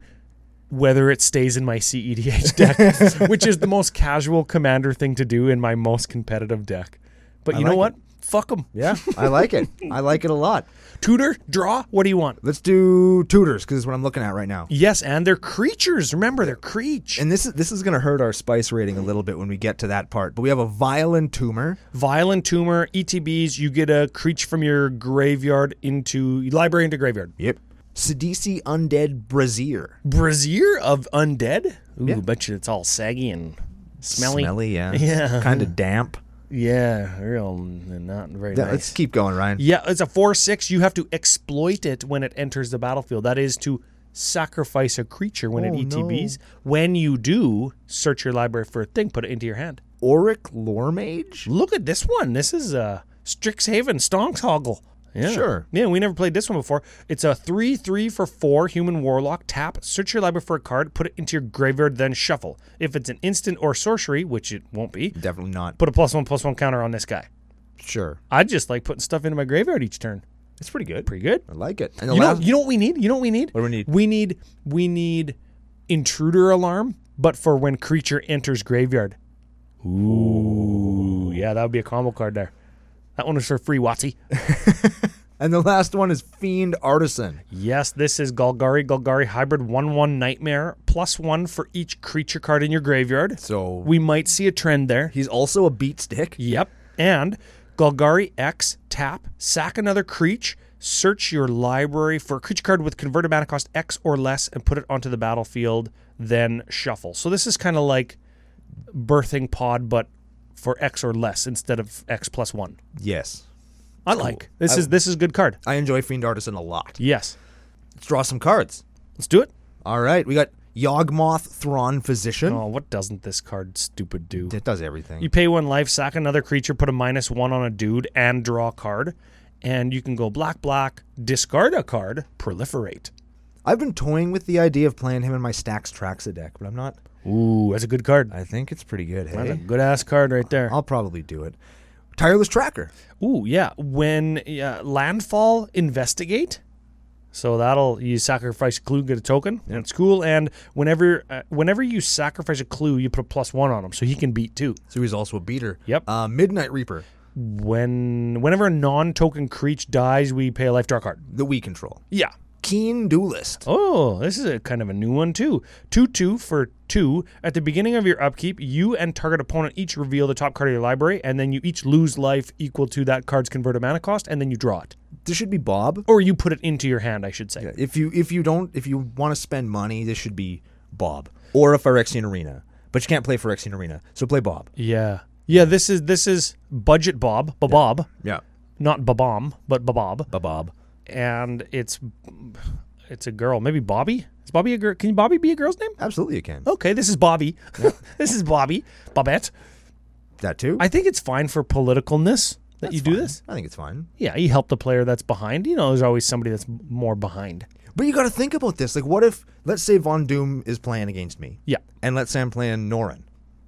Speaker 1: whether it stays in my CEDH
Speaker 2: *laughs*
Speaker 1: deck, which is the most casual commander thing to do in my most competitive deck. But you know what?
Speaker 2: like
Speaker 1: Fuck 'em. Fuck them.
Speaker 2: Yeah, I like it. I like it a lot.
Speaker 1: Tutor, draw. What do you want?
Speaker 2: Let's do tutors because what I'm looking at right now.
Speaker 1: Yes, and they're creatures. Remember, they're creatures.
Speaker 2: And this is this is going to hurt our spice rating a little bit when we get to that part. But we have a violent tumor.
Speaker 1: Violent tumor, ETBs. You get a creature from your graveyard into library into graveyard.
Speaker 2: Yep. Sidisi undead brazier.
Speaker 1: brazier of undead. Ooh, bet you it's all saggy and smelly.
Speaker 2: Smelly, yeah.
Speaker 1: Yeah.
Speaker 2: Kind of damp.
Speaker 1: Yeah, real n- not very
Speaker 2: Yeah,
Speaker 1: nice.
Speaker 2: Let's keep going, Ryan.
Speaker 1: Yeah, it's a four six. You have to exploit it when it enters the battlefield. That is to sacrifice a creature when it
Speaker 2: Oh, no.
Speaker 1: ETBs. When you do, search your library for a thing, put it into your hand.
Speaker 2: Auric Lormage.
Speaker 1: Look at this one. This is uh, Strixhaven Stonkshoggle. Yeah.
Speaker 2: Sure.
Speaker 1: Yeah, we never played this one before. It's a 3 3 for 4 human warlock. Tap, search your library for a card, put it into your graveyard, then shuffle. If it's an instant or sorcery, which it won't be,
Speaker 2: Definitely not.
Speaker 1: put a plus 1 plus 1 counter on this guy.
Speaker 2: Sure.
Speaker 1: I just like putting stuff into my graveyard each turn.
Speaker 2: It's pretty good.
Speaker 1: Pretty good.
Speaker 2: I like it. And the
Speaker 1: You know,
Speaker 2: last-
Speaker 1: you know what we need? You know what we need?
Speaker 2: What do we need?
Speaker 1: We need we need intruder alarm, but for when creature enters graveyard. Ooh, yeah, that would be a combo card there. That one was for free, Watsy.
Speaker 2: and the last one is Fiend Artisan.
Speaker 1: yes, this is Golgari Golgari Hybrid One One Nightmare plus one for each creature card in your graveyard.
Speaker 2: So
Speaker 1: We might see a trend there.
Speaker 2: he's also a beat stick.
Speaker 1: Yep. And Golgari X, tap, sack another creature, search your library for a creature card with converted mana cost X or less and put it onto the battlefield, then shuffle. So this is kind of like birthing pod, but for X or less instead of X plus one.
Speaker 2: Yes.
Speaker 1: I like. This is this is a good card.
Speaker 2: I enjoy Fiend Artisan a lot.
Speaker 1: Yes.
Speaker 2: Let's draw some cards.
Speaker 1: Let's do it.
Speaker 2: All right, we got Yawgmoth Thrawn Physician.
Speaker 1: Oh, what doesn't this card stupid do?
Speaker 2: It does everything.
Speaker 1: You pay one life, sack another creature, put a minus one on a dude, and draw a card. And you can go black, black, discard a card, proliferate.
Speaker 2: I've been toying with the idea of playing him in my Stacks Traxa deck, but I'm not.
Speaker 1: Ooh, that's a good card.
Speaker 2: I think it's pretty good.
Speaker 1: That's a
Speaker 2: Hey,
Speaker 1: good ass card right there.
Speaker 2: I'll probably do it. Tireless Tracker.
Speaker 1: Ooh, yeah. When uh, landfall, investigate. So that'll you sacrifice a clue, get a token. That's cool. And whenever uh, whenever you sacrifice a clue, you put a plus one on him, so he can beat two.
Speaker 2: So he's also a beater.
Speaker 1: Yep.
Speaker 2: Uh, Midnight Reaper
Speaker 1: When whenever a non-token creature dies, we pay a life draw card.
Speaker 2: that we control.
Speaker 1: Yeah.
Speaker 2: Keen Duelist.
Speaker 1: Oh, this is a kind of a new one too. Two two for two. At the beginning of your upkeep, you and target opponent each reveal the top card of your library, and then you each lose life equal to that card's converted mana cost, and then you draw it,
Speaker 2: This should be Bob.
Speaker 1: or you put it into your hand, I should say.
Speaker 2: If you if you don't if you want to spend money, this should be Bob or a Phyrexian Arena. But you can't play Phyrexian Arena, so play Bob.
Speaker 1: Yeah, yeah. This is this is budget Bob, Bob,
Speaker 2: Yeah,
Speaker 1: not Babom, but Bob,
Speaker 2: Bob.
Speaker 1: and it's it's a girl. Maybe Bobby. Is Bobby a girl? Can Bobby be a girl's name?
Speaker 2: Absolutely, you can.
Speaker 1: Okay, this is Bobby. *laughs* this is Bobby. Bobette.
Speaker 2: That too.
Speaker 1: I think it's fine for politicalness that you do this.
Speaker 2: I think it's fine.
Speaker 1: Yeah, you help the player that's behind. You know, there's always somebody that's more behind.
Speaker 2: But you got to think about this. Like, what if, let's say Von Doom is playing against me.
Speaker 1: Yeah.
Speaker 2: And let's say I'm playing Norrin.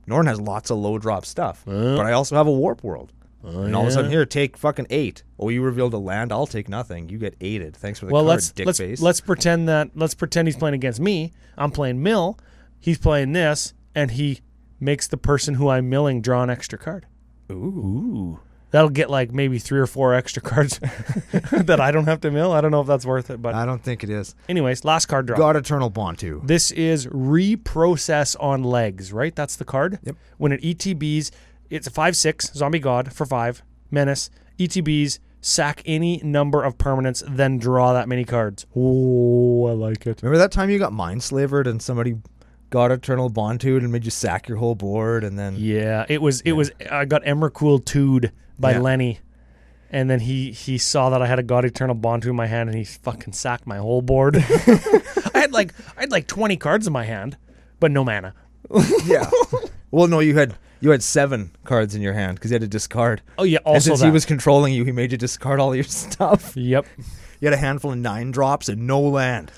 Speaker 2: Norrin has lots of low drop stuff,
Speaker 1: Oh,
Speaker 2: but I also have a Warp World. and all of a sudden, here, take fucking eight. Oh, you revealed a land. I'll take nothing. You get aided. Thanks for the
Speaker 1: Well,
Speaker 2: card,
Speaker 1: let's
Speaker 2: dick
Speaker 1: let's
Speaker 2: face.
Speaker 1: let's pretend that let's pretend he's playing against me. I'm playing mill. He's playing this, and he makes the person who I'm milling draw an extra card. Ooh. That'll get like maybe three or four *laughs* extra cards that I don't have to mill. I don't know if that's worth it, but
Speaker 2: I don't think it is.
Speaker 1: anyways, last card draw.
Speaker 2: God Eternal Bontu.
Speaker 1: This is reprocess on legs, right? That's the card. E Yep. When it ETBs, it's a five six zombie god for five menace. ETBs E sack any number of permanents, then draw that many cards. Oh, I like it.
Speaker 2: Remember that time you got mind slavered and somebody got Eternal Bontude and made you sack your whole board and then
Speaker 1: Yeah, it was. It was. I got Emrakul Tood by
Speaker 2: Yeah.
Speaker 1: Lenny, and then he he saw that I had a God Eternal Bond in my hand, and he fucking sacked my whole board. *laughs* I had like I had like twenty cards in my hand, but no mana.
Speaker 2: yeah. *laughs* well, no, you had you had seven cards in your hand because you had to discard.
Speaker 1: Oh yeah,
Speaker 2: and
Speaker 1: also
Speaker 2: since
Speaker 1: that.
Speaker 2: he was controlling you, he made you discard all your *laughs* stuff.
Speaker 1: Yep.
Speaker 2: You had a handful of nine drops and no land.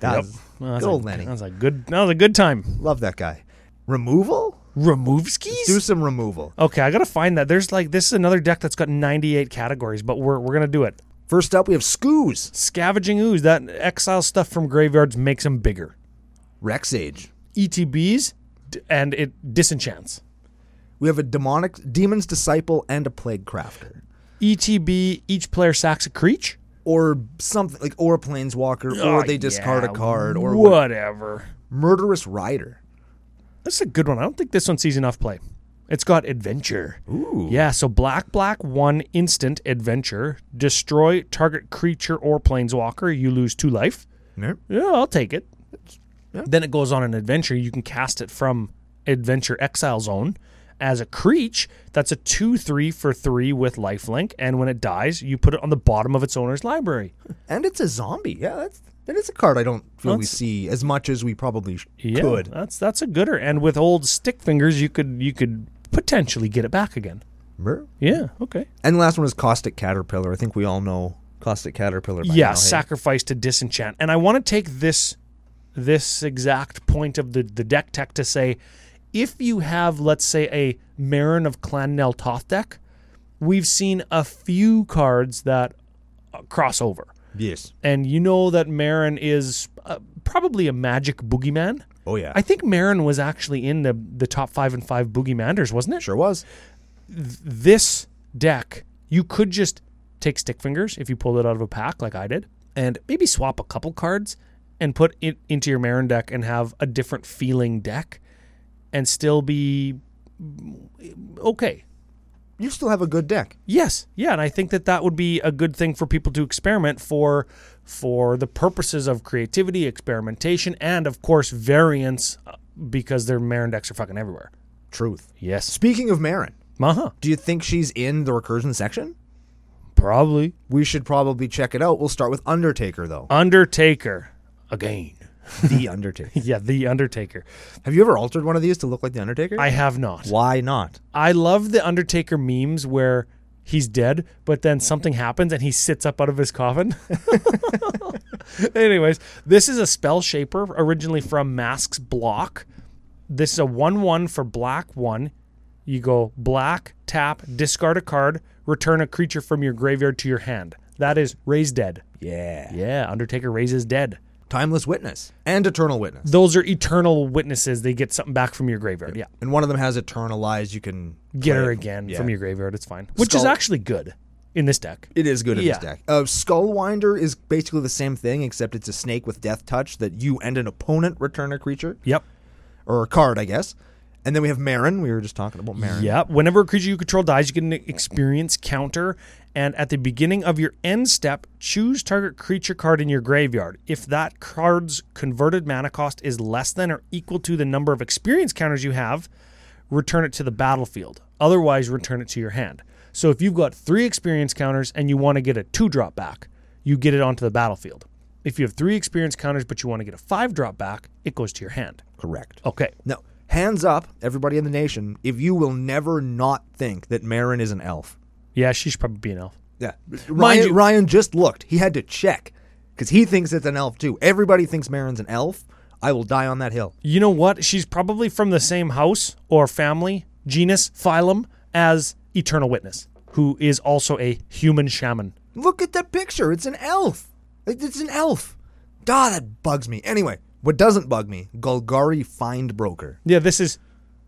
Speaker 2: That
Speaker 1: Yep.
Speaker 2: was
Speaker 1: Well, that was
Speaker 2: good old
Speaker 1: a-
Speaker 2: Lenny.
Speaker 1: That was a good. That was a good time.
Speaker 2: Love that guy. Removal?
Speaker 1: Removes
Speaker 2: Do
Speaker 1: keys.
Speaker 2: some removal.
Speaker 1: Okay, I gotta find that. There's like this is another deck that's got 98 categories, but we're we're gonna do it.
Speaker 2: First up, we have Skoos.
Speaker 1: Scavenging ooze. That exile stuff from graveyards makes them bigger.
Speaker 2: Rex Age.
Speaker 1: ETBs d- and it disenchants.
Speaker 2: We have a demonic demon's disciple and a plague crafter.
Speaker 1: ETB, E each player sacks a creature.
Speaker 2: Or something like or a planeswalker, or
Speaker 1: Oh,
Speaker 2: they discard
Speaker 1: yeah,
Speaker 2: a card, or what?
Speaker 1: whatever.
Speaker 2: murderous rider.
Speaker 1: That's a good one. I don't think this one sees enough play. It's got adventure.
Speaker 2: Ooh.
Speaker 1: Yeah, so black, black, one instant adventure. Destroy target creature or planeswalker. You lose two life.
Speaker 2: Yeah.
Speaker 1: Yeah, I'll take it.
Speaker 2: Yeah.
Speaker 1: Then it goes on an adventure. You can cast it from Adventure Exile Zone as a creature. That's a 2 3 for 3 with lifelink. And when it dies, you put it on the bottom of its owner's library.
Speaker 2: And it's a zombie. Yeah, that's that is a card I don't feel we
Speaker 1: That's-
Speaker 2: see as much as we probably sh-
Speaker 1: Yeah,
Speaker 2: could.
Speaker 1: That's that's a gooder. And with old stick fingers, you could you could potentially get it back again.
Speaker 2: Mer-
Speaker 1: Yeah. Okay.
Speaker 2: And the last one is Caustic Caterpillar. I think we all know Caustic Caterpillar. By
Speaker 1: yeah.
Speaker 2: now, hey?
Speaker 1: Sacrifice to disenchant. And I want to take this this exact point of the the deck tech to say, if you have let's say a Marin of Clan Nel Toth deck, we've seen a few cards that uh, cross over,
Speaker 2: Yes.
Speaker 1: and you know that Marin is uh, probably a magic boogeyman.
Speaker 2: Oh yeah.
Speaker 1: I think Marin was actually in the the top five and five boogeymaners, wasn't it?
Speaker 2: sure was.
Speaker 1: this deck, you could just take stick fingers if you pulled it out of a pack like I did, and maybe swap a couple cards and put it into your Marin deck and have a different feeling deck and still be okay.
Speaker 2: You still have a good deck.
Speaker 1: Yes, yeah, and I think that that would be a good thing for people to experiment for for the purposes of creativity, experimentation, and of course variance uh, because their Marin decks are fucking everywhere.
Speaker 2: Truth.
Speaker 1: Yes.
Speaker 2: Speaking of Marin,
Speaker 1: Uh-huh.
Speaker 2: do you think she's in the recursion section?
Speaker 1: Probably.
Speaker 2: We should probably check it out. We'll start with Undertaker *laughs* though.
Speaker 1: Undertaker again.
Speaker 2: the Undertaker.
Speaker 1: *laughs* Yeah, The Undertaker.
Speaker 2: Have you ever altered one of these to look like the Undertaker?
Speaker 1: I have not.
Speaker 2: Why not?
Speaker 1: I love The Undertaker memes where he's dead, but then something happens and he sits up out of his coffin. *laughs* Anyways, this is a spell shaper originally from Mask's Block. This is a 1 1 for black 1. You go black, tap, discard a card, return a creature from your graveyard to your hand. That is raise dead.
Speaker 2: Yeah.
Speaker 1: Yeah, Undertaker raises dead.
Speaker 2: Timeless Witness and Eternal Witness.
Speaker 1: Those are eternal witnesses. They get something back from your graveyard. Yeah.
Speaker 2: And one of them has Eternal Eyes. You can
Speaker 1: get
Speaker 2: play
Speaker 1: her
Speaker 2: it.
Speaker 1: again
Speaker 2: Yeah.
Speaker 1: from your graveyard. It's fine, which is
Speaker 2: Skull-
Speaker 1: actually good in this deck.
Speaker 2: It is good in
Speaker 1: Yeah.
Speaker 2: this deck. Uh, Skullwinder is basically the same thing, except it's a snake with death touch that you and an opponent return a creature
Speaker 1: Yep.
Speaker 2: or a card, I guess. And then we have Marin. We were just talking about Marin.
Speaker 1: Yep. Whenever a creature you control dies, you get an experience counter. And at the beginning of your end step, choose target creature card in your graveyard. If that card's converted mana cost is less than or equal to the number of experience counters you have, return it to the battlefield. Otherwise, return it to your hand. So if you've got three experience counters and you want to get a two drop back, you get it onto the battlefield. If you have three experience counters but you want to get a five drop back, it goes to your hand.
Speaker 2: Correct.
Speaker 1: Okay.
Speaker 2: No. Hands up, everybody in the nation, if you will never not think that Marin is an elf.
Speaker 1: Yeah, she should probably be an elf.
Speaker 2: Yeah. Ryan,
Speaker 1: you-
Speaker 2: Ryan just looked. He had to check because he thinks it's an elf too. Everybody thinks Marin's an elf. I will die on that hill.
Speaker 1: You know what? She's probably from the same house or family, genus, phylum, as Eternal Witness, who is also a human shaman.
Speaker 2: Look at that picture. It's an elf. It- It's an elf. Duh, that bugs me. Anyway, what doesn't bug me, Golgari Find Broker.
Speaker 1: Yeah, this is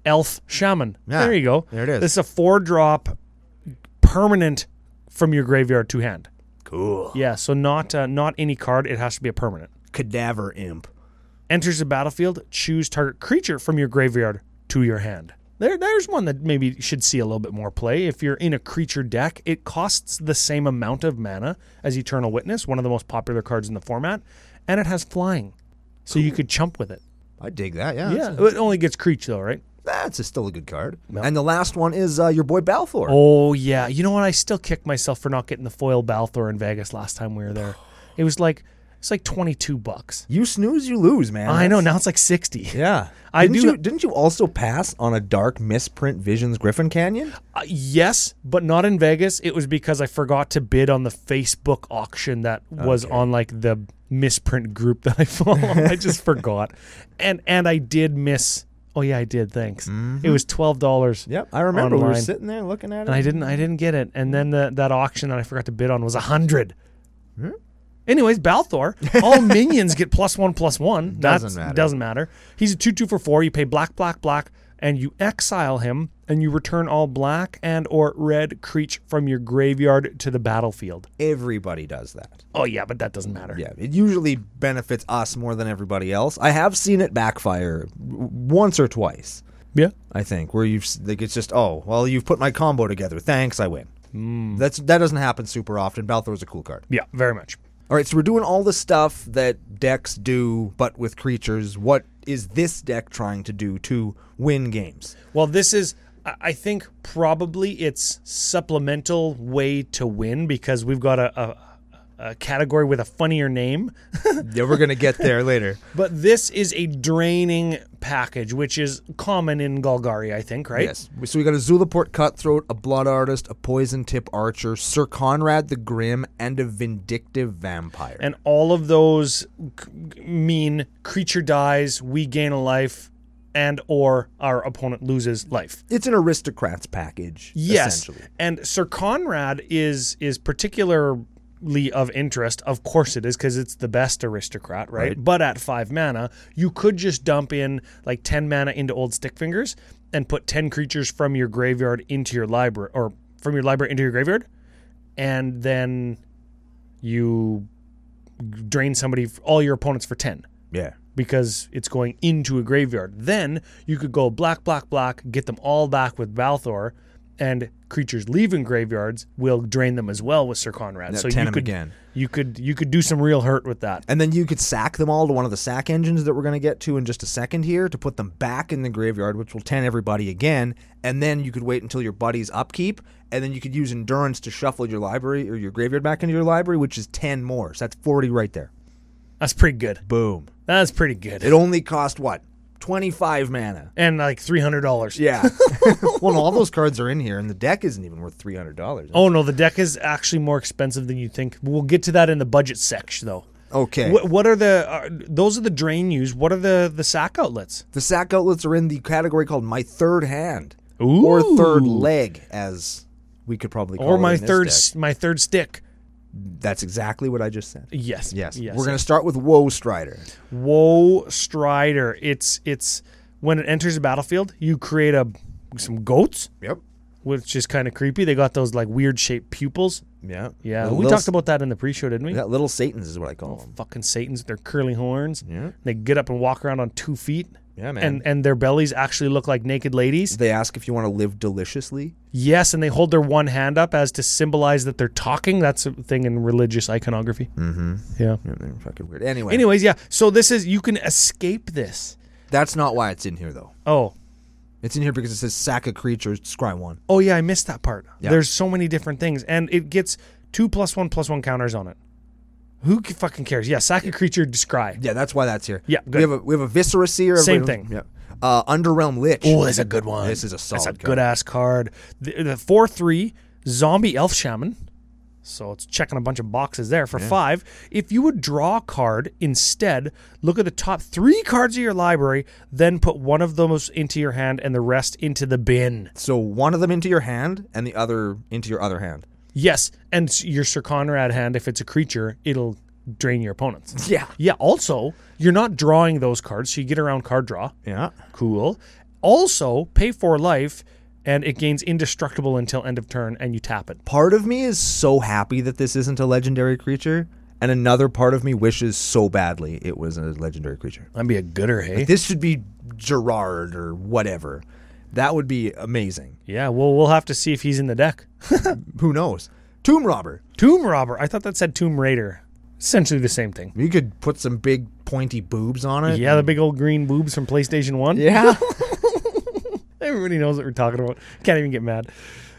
Speaker 1: Elf Shaman.
Speaker 2: Yeah,
Speaker 1: there you go.
Speaker 2: there it is.
Speaker 1: This is a four drop permanent from your graveyard to hand.
Speaker 2: Cool.
Speaker 1: Yeah, so not uh, not any card, it has to be a permanent.
Speaker 2: Cadaver Imp.
Speaker 1: Enters the battlefield, choose target creature from your graveyard to your hand. There, there's one that maybe should see a little bit more play. If you're in a creature deck, it costs the same amount of mana as Eternal Witness, one of the most popular cards in the format, and it has flying, so you could chump with it.
Speaker 2: I dig that. Yeah.
Speaker 1: Yeah,
Speaker 2: That's,
Speaker 1: it only gets creature though, right?
Speaker 2: that's a- still a good card. And the last one is uh, your boy Balfour.
Speaker 1: Oh yeah, you know what? I still kick myself for not getting the foil Balthor in Vegas last time we were there. It was like it's like twenty two bucks.
Speaker 2: You snooze, you lose, man.
Speaker 1: I know
Speaker 2: That's-
Speaker 1: now it's like sixty.
Speaker 2: Yeah.
Speaker 1: I
Speaker 2: didn't
Speaker 1: do-
Speaker 2: You, didn't you also pass on a dark misprint Visions Griffin Canyon?
Speaker 1: Uh, yes, but not in Vegas. It was because I forgot to bid on the Facebook auction that was on like the misprint group that I follow. *laughs* I just forgot, and and I did miss. Oh yeah, I did. Thanks. It was twelve dollars.
Speaker 2: Yep, I remember we were
Speaker 1: Online.
Speaker 2: sitting there looking at it.
Speaker 1: and I didn't I didn't get it. And then the, that auction that I forgot to bid on was a hundred.
Speaker 2: Hmm?
Speaker 1: Anyways, Balthor,
Speaker 2: *laughs*
Speaker 1: all minions get plus one plus one. That's,
Speaker 2: Doesn't matter.
Speaker 1: Doesn't matter. He's a two two for four. You pay black black black, and you exile him, and you return all black and or red creature from your graveyard to the battlefield.
Speaker 2: Everybody does that.
Speaker 1: Oh yeah, but that doesn't matter.
Speaker 2: Yeah, it usually benefits us more than everybody else. I have seen it backfire w- once or twice,
Speaker 1: yeah.
Speaker 2: I think, where you've s- like it's just oh well you've put my combo together. Thanks, I win.
Speaker 1: Hmm.
Speaker 2: That's that doesn't happen super often. Balthor's a cool card.
Speaker 1: Yeah, very much.
Speaker 2: All right, so we're doing all the stuff that decks do, but with creatures. What is this deck trying to do to win games?
Speaker 1: Well, this is, I I think, probably its supplemental way to win because we've got a, a, a category with a funnier name.
Speaker 2: yeah, we're gonna get there *laughs* later.
Speaker 1: But this is a draining package, which is common in Golgari, I think, right?
Speaker 2: Yes. So we got a Zulaport Cutthroat, a Blood Artist, a Poison Tip Archer, Sir Conrad the Grim, and a Vindictive Vampire.
Speaker 1: And all of those c- mean creature dies, we gain a life, and or our opponent loses life.
Speaker 2: it's an aristocrats package.
Speaker 1: Yes,
Speaker 2: Essentially.
Speaker 1: and Sir Conrad is is particularly of interest. Of course, it is because it's the best aristocrat, right? But at five mana, you could just dump in like ten mana into Old Stickfingers and put ten creatures from your graveyard into your library, or from your library into your graveyard, and then you drain somebody, all your opponents for ten
Speaker 2: Yeah.
Speaker 1: because it's going into a graveyard. Then you could go black, black, black, get them all back with Balthor, and creatures leaving graveyards will drain them as well with Sir Conrad. so
Speaker 2: ten
Speaker 1: you
Speaker 2: them
Speaker 1: could
Speaker 2: again.
Speaker 1: you could you could do some real hurt with that.
Speaker 2: And then you could sack them all to one of the sack engines that we're going to get to in just a second here to put them back in the graveyard, which will 10 everybody again. And then you could wait until your buddy's upkeep. And then you could use endurance to shuffle your library or your graveyard back into your library, which is 10 more. So that's 40 right there.
Speaker 1: That's pretty good.
Speaker 2: Boom.
Speaker 1: That's pretty good.
Speaker 2: It only cost what? 25 mana.
Speaker 1: And like three hundred dollars.
Speaker 2: Yeah. *laughs* well, and all those cards are in here, and the deck isn't even worth $300.
Speaker 1: Oh no, the deck is actually more expensive than you think. We'll get to that in the budget section though.
Speaker 2: Okay.
Speaker 1: What, what are the are, those are the drain use? What are the the sack outlets?
Speaker 2: The sack outlets are in the category called my third hand
Speaker 1: Ooh.
Speaker 2: or third leg, as we could probably call
Speaker 1: Or
Speaker 2: it
Speaker 1: my
Speaker 2: in this
Speaker 1: third
Speaker 2: deck.
Speaker 1: s- my third stick.
Speaker 2: That's exactly what I just said.
Speaker 1: Yes.
Speaker 2: Yes,
Speaker 1: Yes.
Speaker 2: we're going to start with Woe Strider.
Speaker 1: Woe Strider. It's it's when it enters the battlefield, you create a some goats,
Speaker 2: Yep.
Speaker 1: which is kind of creepy. They got those like weird shaped pupils.
Speaker 2: Yeah.
Speaker 1: Yeah,
Speaker 2: The
Speaker 1: we
Speaker 2: little
Speaker 1: talked
Speaker 2: s-
Speaker 1: about that in the pre-show, didn't we?
Speaker 2: that little Satan's is what I call them.
Speaker 1: Fucking Satan's with their curly horns. Yeah. They get up and walk around on two feet.
Speaker 2: Yeah, man.
Speaker 1: And and their bellies actually look like naked ladies.
Speaker 2: They ask if you want to live deliciously.
Speaker 1: Yes, and they hold their one hand up as to symbolize that they're talking. That's a thing in religious iconography. Mm-hmm. Yeah.
Speaker 2: Yeah, they're fucking weird. Anyway,
Speaker 1: Anyways, yeah. So this is you can escape this.
Speaker 2: that's not why it's in here though.
Speaker 1: Oh,
Speaker 2: It's in here because it says sack a creature, scry one.
Speaker 1: Oh yeah, I missed that part.
Speaker 2: Yeah.
Speaker 1: There's so many different things, and it gets two plus one plus one counters on it. Who c- fucking cares? Yeah, sack a creature, descry.
Speaker 2: Yeah, that's why that's here.
Speaker 1: Yeah,
Speaker 2: we
Speaker 1: good.
Speaker 2: have a we have a viscera seer.
Speaker 1: Same
Speaker 2: everybody-
Speaker 1: thing.
Speaker 2: Yeah. Uh, Underrealm Lich.
Speaker 1: Oh, that's a good one.
Speaker 2: This is a solid
Speaker 1: That's a
Speaker 2: card.
Speaker 1: good ass card. The, the four three zombie elf shaman. So it's checking a bunch of boxes there for five. If you would draw a card instead, look at the top three cards of your library, then put one of those into your hand and the rest into the bin.
Speaker 2: So one of them into your hand and the other into your other hand.
Speaker 1: Yes, and s- your Sir Conrad hand, if it's a creature, it'll drain your opponents.
Speaker 2: Yeah.
Speaker 1: Yeah, also, you're not drawing those cards, so you get around card draw.
Speaker 2: Yeah.
Speaker 1: Cool. Also, pay for life, and it gains indestructible until end of turn, and you tap it.
Speaker 2: Part of me is so happy that this isn't a legendary creature, and another part of me wishes so badly it was a legendary creature.
Speaker 1: That'd be a gooder, hey?
Speaker 2: This should be Gerard or whatever. That would be amazing.
Speaker 1: Yeah, well, we'll have to see if he's in the deck.
Speaker 2: Who knows? Tomb Robber.
Speaker 1: Tomb Robber. I thought that said Tomb Raider. Essentially the same thing.
Speaker 2: You could put some big pointy boobs on it.
Speaker 1: Yeah, the big old green boobs from PlayStation 1.
Speaker 2: *laughs* Yeah.
Speaker 1: Everybody knows what we're talking about. Can't even get mad.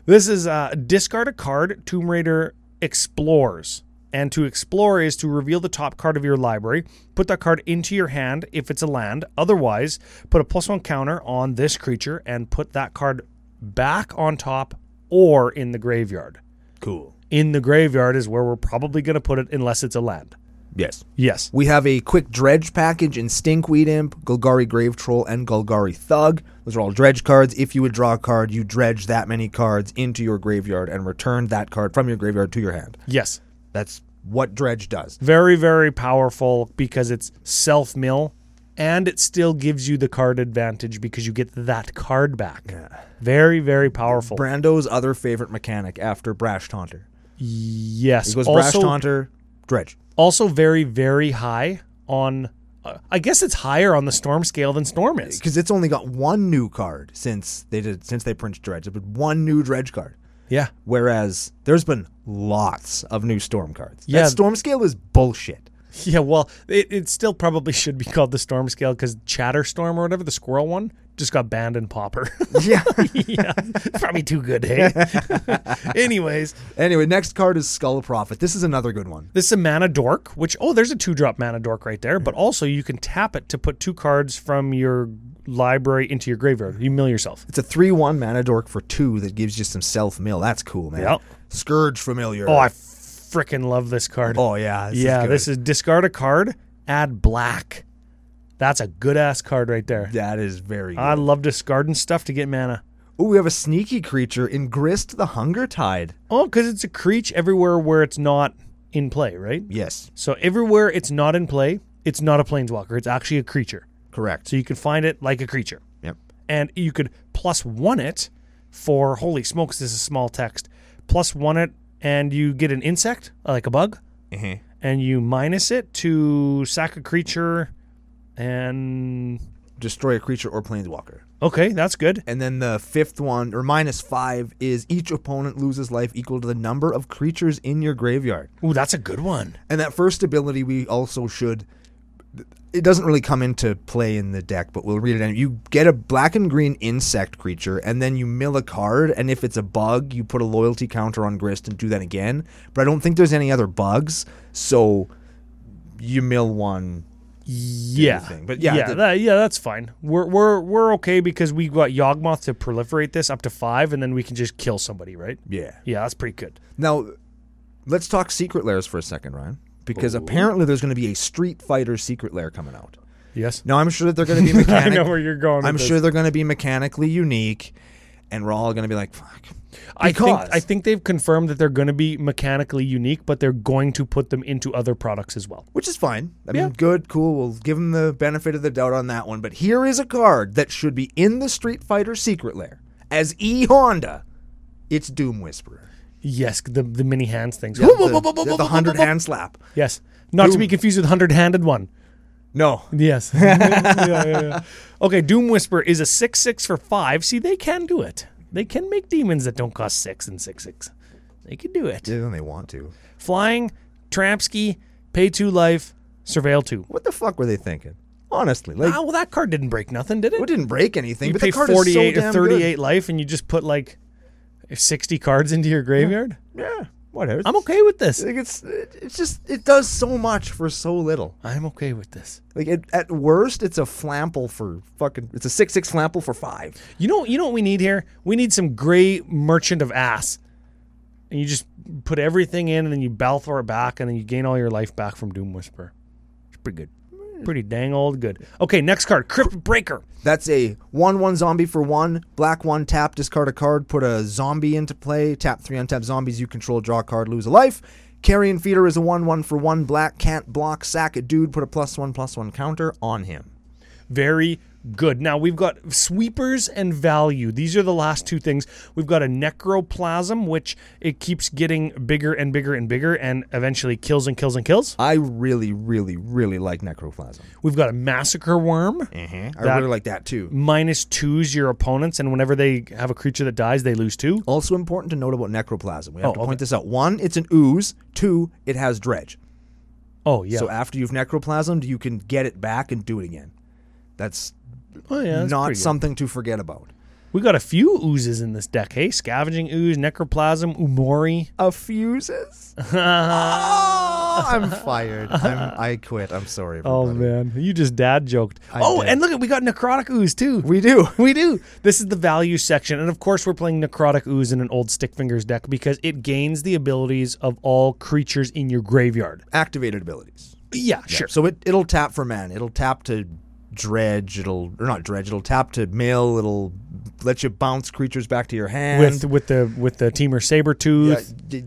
Speaker 1: This is uh, discard a card. Tomb Raider explores. And to explore is to reveal the top card of your library, put that card into your hand if it's a land. Otherwise, put a plus one counter on this creature and put that card back on top or in the graveyard.
Speaker 2: cool.
Speaker 1: In the graveyard is where we're probably going to put it unless it's a land.
Speaker 2: Yes.
Speaker 1: Yes.
Speaker 2: We have a quick dredge package in Stinkweed Imp, Golgari Grave Troll, and Golgari Thug. Those are all dredge cards. If you would draw a card, you dredge that many cards into your graveyard and return that card from your graveyard to your hand.
Speaker 1: Yes.
Speaker 2: That's what dredge does.
Speaker 1: very very powerful because it's self mill and it still gives you the card advantage because you get that card back very very powerful
Speaker 2: Brando's other favorite mechanic after Brash Taunter.
Speaker 1: yes
Speaker 2: He goes Brash
Speaker 1: also,
Speaker 2: Taunter, dredge.
Speaker 1: also very very high on uh, i guess it's higher on the storm scale than storm is
Speaker 2: Because it's only got one new card since they did since they printed dredge. It's been one new dredge card.
Speaker 1: yeah *laughs*
Speaker 2: Whereas there's been lots of new storm cards.
Speaker 1: Yeah.
Speaker 2: That storm scale is bullshit. *laughs*
Speaker 1: yeah well it, it still probably should be called the storm scale because chatterstorm or whatever the squirrel one just got banned in popper *laughs*
Speaker 2: Yeah.
Speaker 1: *laughs* yeah probably too good hey *laughs* anyways
Speaker 2: Anyway, next card is Skull Prophet. This is another good one.
Speaker 1: This is a mana dork, which oh, there's a two drop mana dork right there. But
Speaker 2: Mm.
Speaker 1: also, you can tap it to put two cards from your library into your graveyard. You mill yourself.
Speaker 2: It's a 3 1 mana dork for two that gives you some self mill. That's cool, man.
Speaker 1: Yep.
Speaker 2: Scourge Familiar.
Speaker 1: Oh, I freaking love this card.
Speaker 2: oh yeah. This
Speaker 1: yeah,
Speaker 2: is good.
Speaker 1: this is discard a card, add black. That's a good ass card right there.
Speaker 2: That is very good.
Speaker 1: I love discarding stuff to get mana.
Speaker 2: Ooh, we have a sneaky creature in Grist the Hunger Tide.
Speaker 1: Oh, because it's a creature everywhere where it's not in play, right?
Speaker 2: Yes,
Speaker 1: So everywhere it's not in play, it's not a planeswalker. It's actually a creature.
Speaker 2: correct.
Speaker 1: So you can find it like a creature.
Speaker 2: Yep.
Speaker 1: and you could plus one it for holy smokes this is small text plus one it and you get an insect like a bug
Speaker 2: Uh-huh.
Speaker 1: and you minus it to sack a creature and
Speaker 2: Destroy a creature or planeswalker.
Speaker 1: okay that's good
Speaker 2: And then the fifth one, or minus five, is each opponent loses life equal to the number of creatures in your graveyard.
Speaker 1: ooh that's a good one
Speaker 2: And that first ability we also should. It doesn't really come into play in the deck, but we'll read it. And you get a black and green insect creature, and then you mill a card. And if it's a bug, you put a loyalty counter on Grist and do that again. But I don't think there's any other bugs, so you mill one.
Speaker 1: yeah
Speaker 2: thing. But yeah,
Speaker 1: yeah,
Speaker 2: the-
Speaker 1: that- yeah that's fine we're, we're we're okay because we got yawgmoth to proliferate this up to five and then we can just kill somebody right
Speaker 2: Yeah.
Speaker 1: yeah that's pretty good
Speaker 2: Now, let's talk secret lairs for a second, Ryan, because apparently there's going to be a Street Fighter secret lair coming out.
Speaker 1: yes
Speaker 2: Now, I'm sure that they're going to
Speaker 1: *laughs*
Speaker 2: be
Speaker 1: i
Speaker 2: mechanic-
Speaker 1: know where you're going with
Speaker 2: I'm
Speaker 1: this.
Speaker 2: sure they're going to be mechanically unique, and we're all going to be like, "Fuck."
Speaker 1: I think
Speaker 2: Because-
Speaker 1: I think they've confirmed that they're going to be mechanically unique, but they're going to put them into other products as well.
Speaker 2: Which is fine. I mean,
Speaker 1: Yeah.
Speaker 2: good, cool. We'll give them the benefit of the doubt on that one. But here is a card that should be in the Street Fighter secret lair as E Honda. It's Doom
Speaker 1: *laughs*
Speaker 2: Whisperer.
Speaker 1: Yes, the the mini hands things.
Speaker 2: The, the, the hundred hand slap.
Speaker 1: Yes, not to be confused with hundred handed one.
Speaker 2: No,
Speaker 1: *laughs* Yes. Yeah, yeah, yeah. Okay, Doom Whisper is a six six for five. See, they can do it. They can make demons that don't cost six and six six. They can do it.
Speaker 2: didn't they want to?
Speaker 1: Flying, trampski, pay two life, surveil two.
Speaker 2: What the fuck were they thinking? Honestly, like
Speaker 1: Ah, well, that card didn't break nothing, did it?
Speaker 2: It didn't break anything,
Speaker 1: you
Speaker 2: but
Speaker 1: pay
Speaker 2: the card
Speaker 1: 48
Speaker 2: is so
Speaker 1: or
Speaker 2: damn
Speaker 1: 38 life and you just put like 60 cards into your graveyard
Speaker 2: Good. Yeah, whatever.
Speaker 1: i'm okay with this
Speaker 2: like it's it- it's just it does so much for so little.
Speaker 1: i'm okay with this
Speaker 2: Like it, at worst, it's a flample for fucking. It's a six six flample for five.
Speaker 1: you know you know what we need here we need some gray merchant of ass and you just put everything in and then you balfour it back and then you gain all your life back from doom whisper it's pretty good pretty dang old good okay next card crypt breaker
Speaker 2: That's a one one zombie for one black one tap discard a card put a zombie into play tap three untap zombies you control draw a card lose a life. Carrion feeder is a one one for one black can't block sack a dude put a plus one plus one counter on him.
Speaker 1: very good. Now we've got sweepers and value. These are the last two things. We've got a necroplasm, which it keeps getting bigger and bigger and bigger, and eventually kills and kills and kills.
Speaker 2: I really, really, really like necroplasm.
Speaker 1: We've got a massacre worm.
Speaker 2: I
Speaker 1: Mm-hmm. That-
Speaker 2: really like that too.
Speaker 1: Minus twos your opponents, and whenever they have a creature that dies, they lose two.
Speaker 2: Also important to note about necroplasm. We have
Speaker 1: Oh,
Speaker 2: to
Speaker 1: okay.
Speaker 2: point this out. One, it's an ooze. Two, it has dredge.
Speaker 1: Oh yeah,
Speaker 2: So after you've necroplasmed, you can get it back and do it again. That's
Speaker 1: oh yeah, that's
Speaker 2: not
Speaker 1: pretty good.
Speaker 2: something to forget about.
Speaker 1: We got a few oozes in this deck. Hey, scavenging ooze, necroplasm, umori.
Speaker 2: A
Speaker 1: *laughs*
Speaker 2: fuses. oh, I'm fired. I'm, I quit. I'm sorry.
Speaker 1: Oh
Speaker 2: everybody.
Speaker 1: man, you just dad joked. oh,
Speaker 2: did.
Speaker 1: and look at we got necrotic ooze too.
Speaker 2: we do.
Speaker 1: *laughs* We do. This is the value section. And of course, we're playing Necrotic Ooze in an old Stick Fingers deck because it gains the abilities of all creatures in your graveyard.
Speaker 2: Activated abilities.
Speaker 1: Yeah, sure.
Speaker 2: So it it'll tap for man. It'll tap to dredge. It'll or not dredge. It'll tap to mill. It'll let you bounce creatures back to your hand.
Speaker 1: With with the with the teamer
Speaker 2: Yeah,
Speaker 1: Sabretooth.
Speaker 2: d-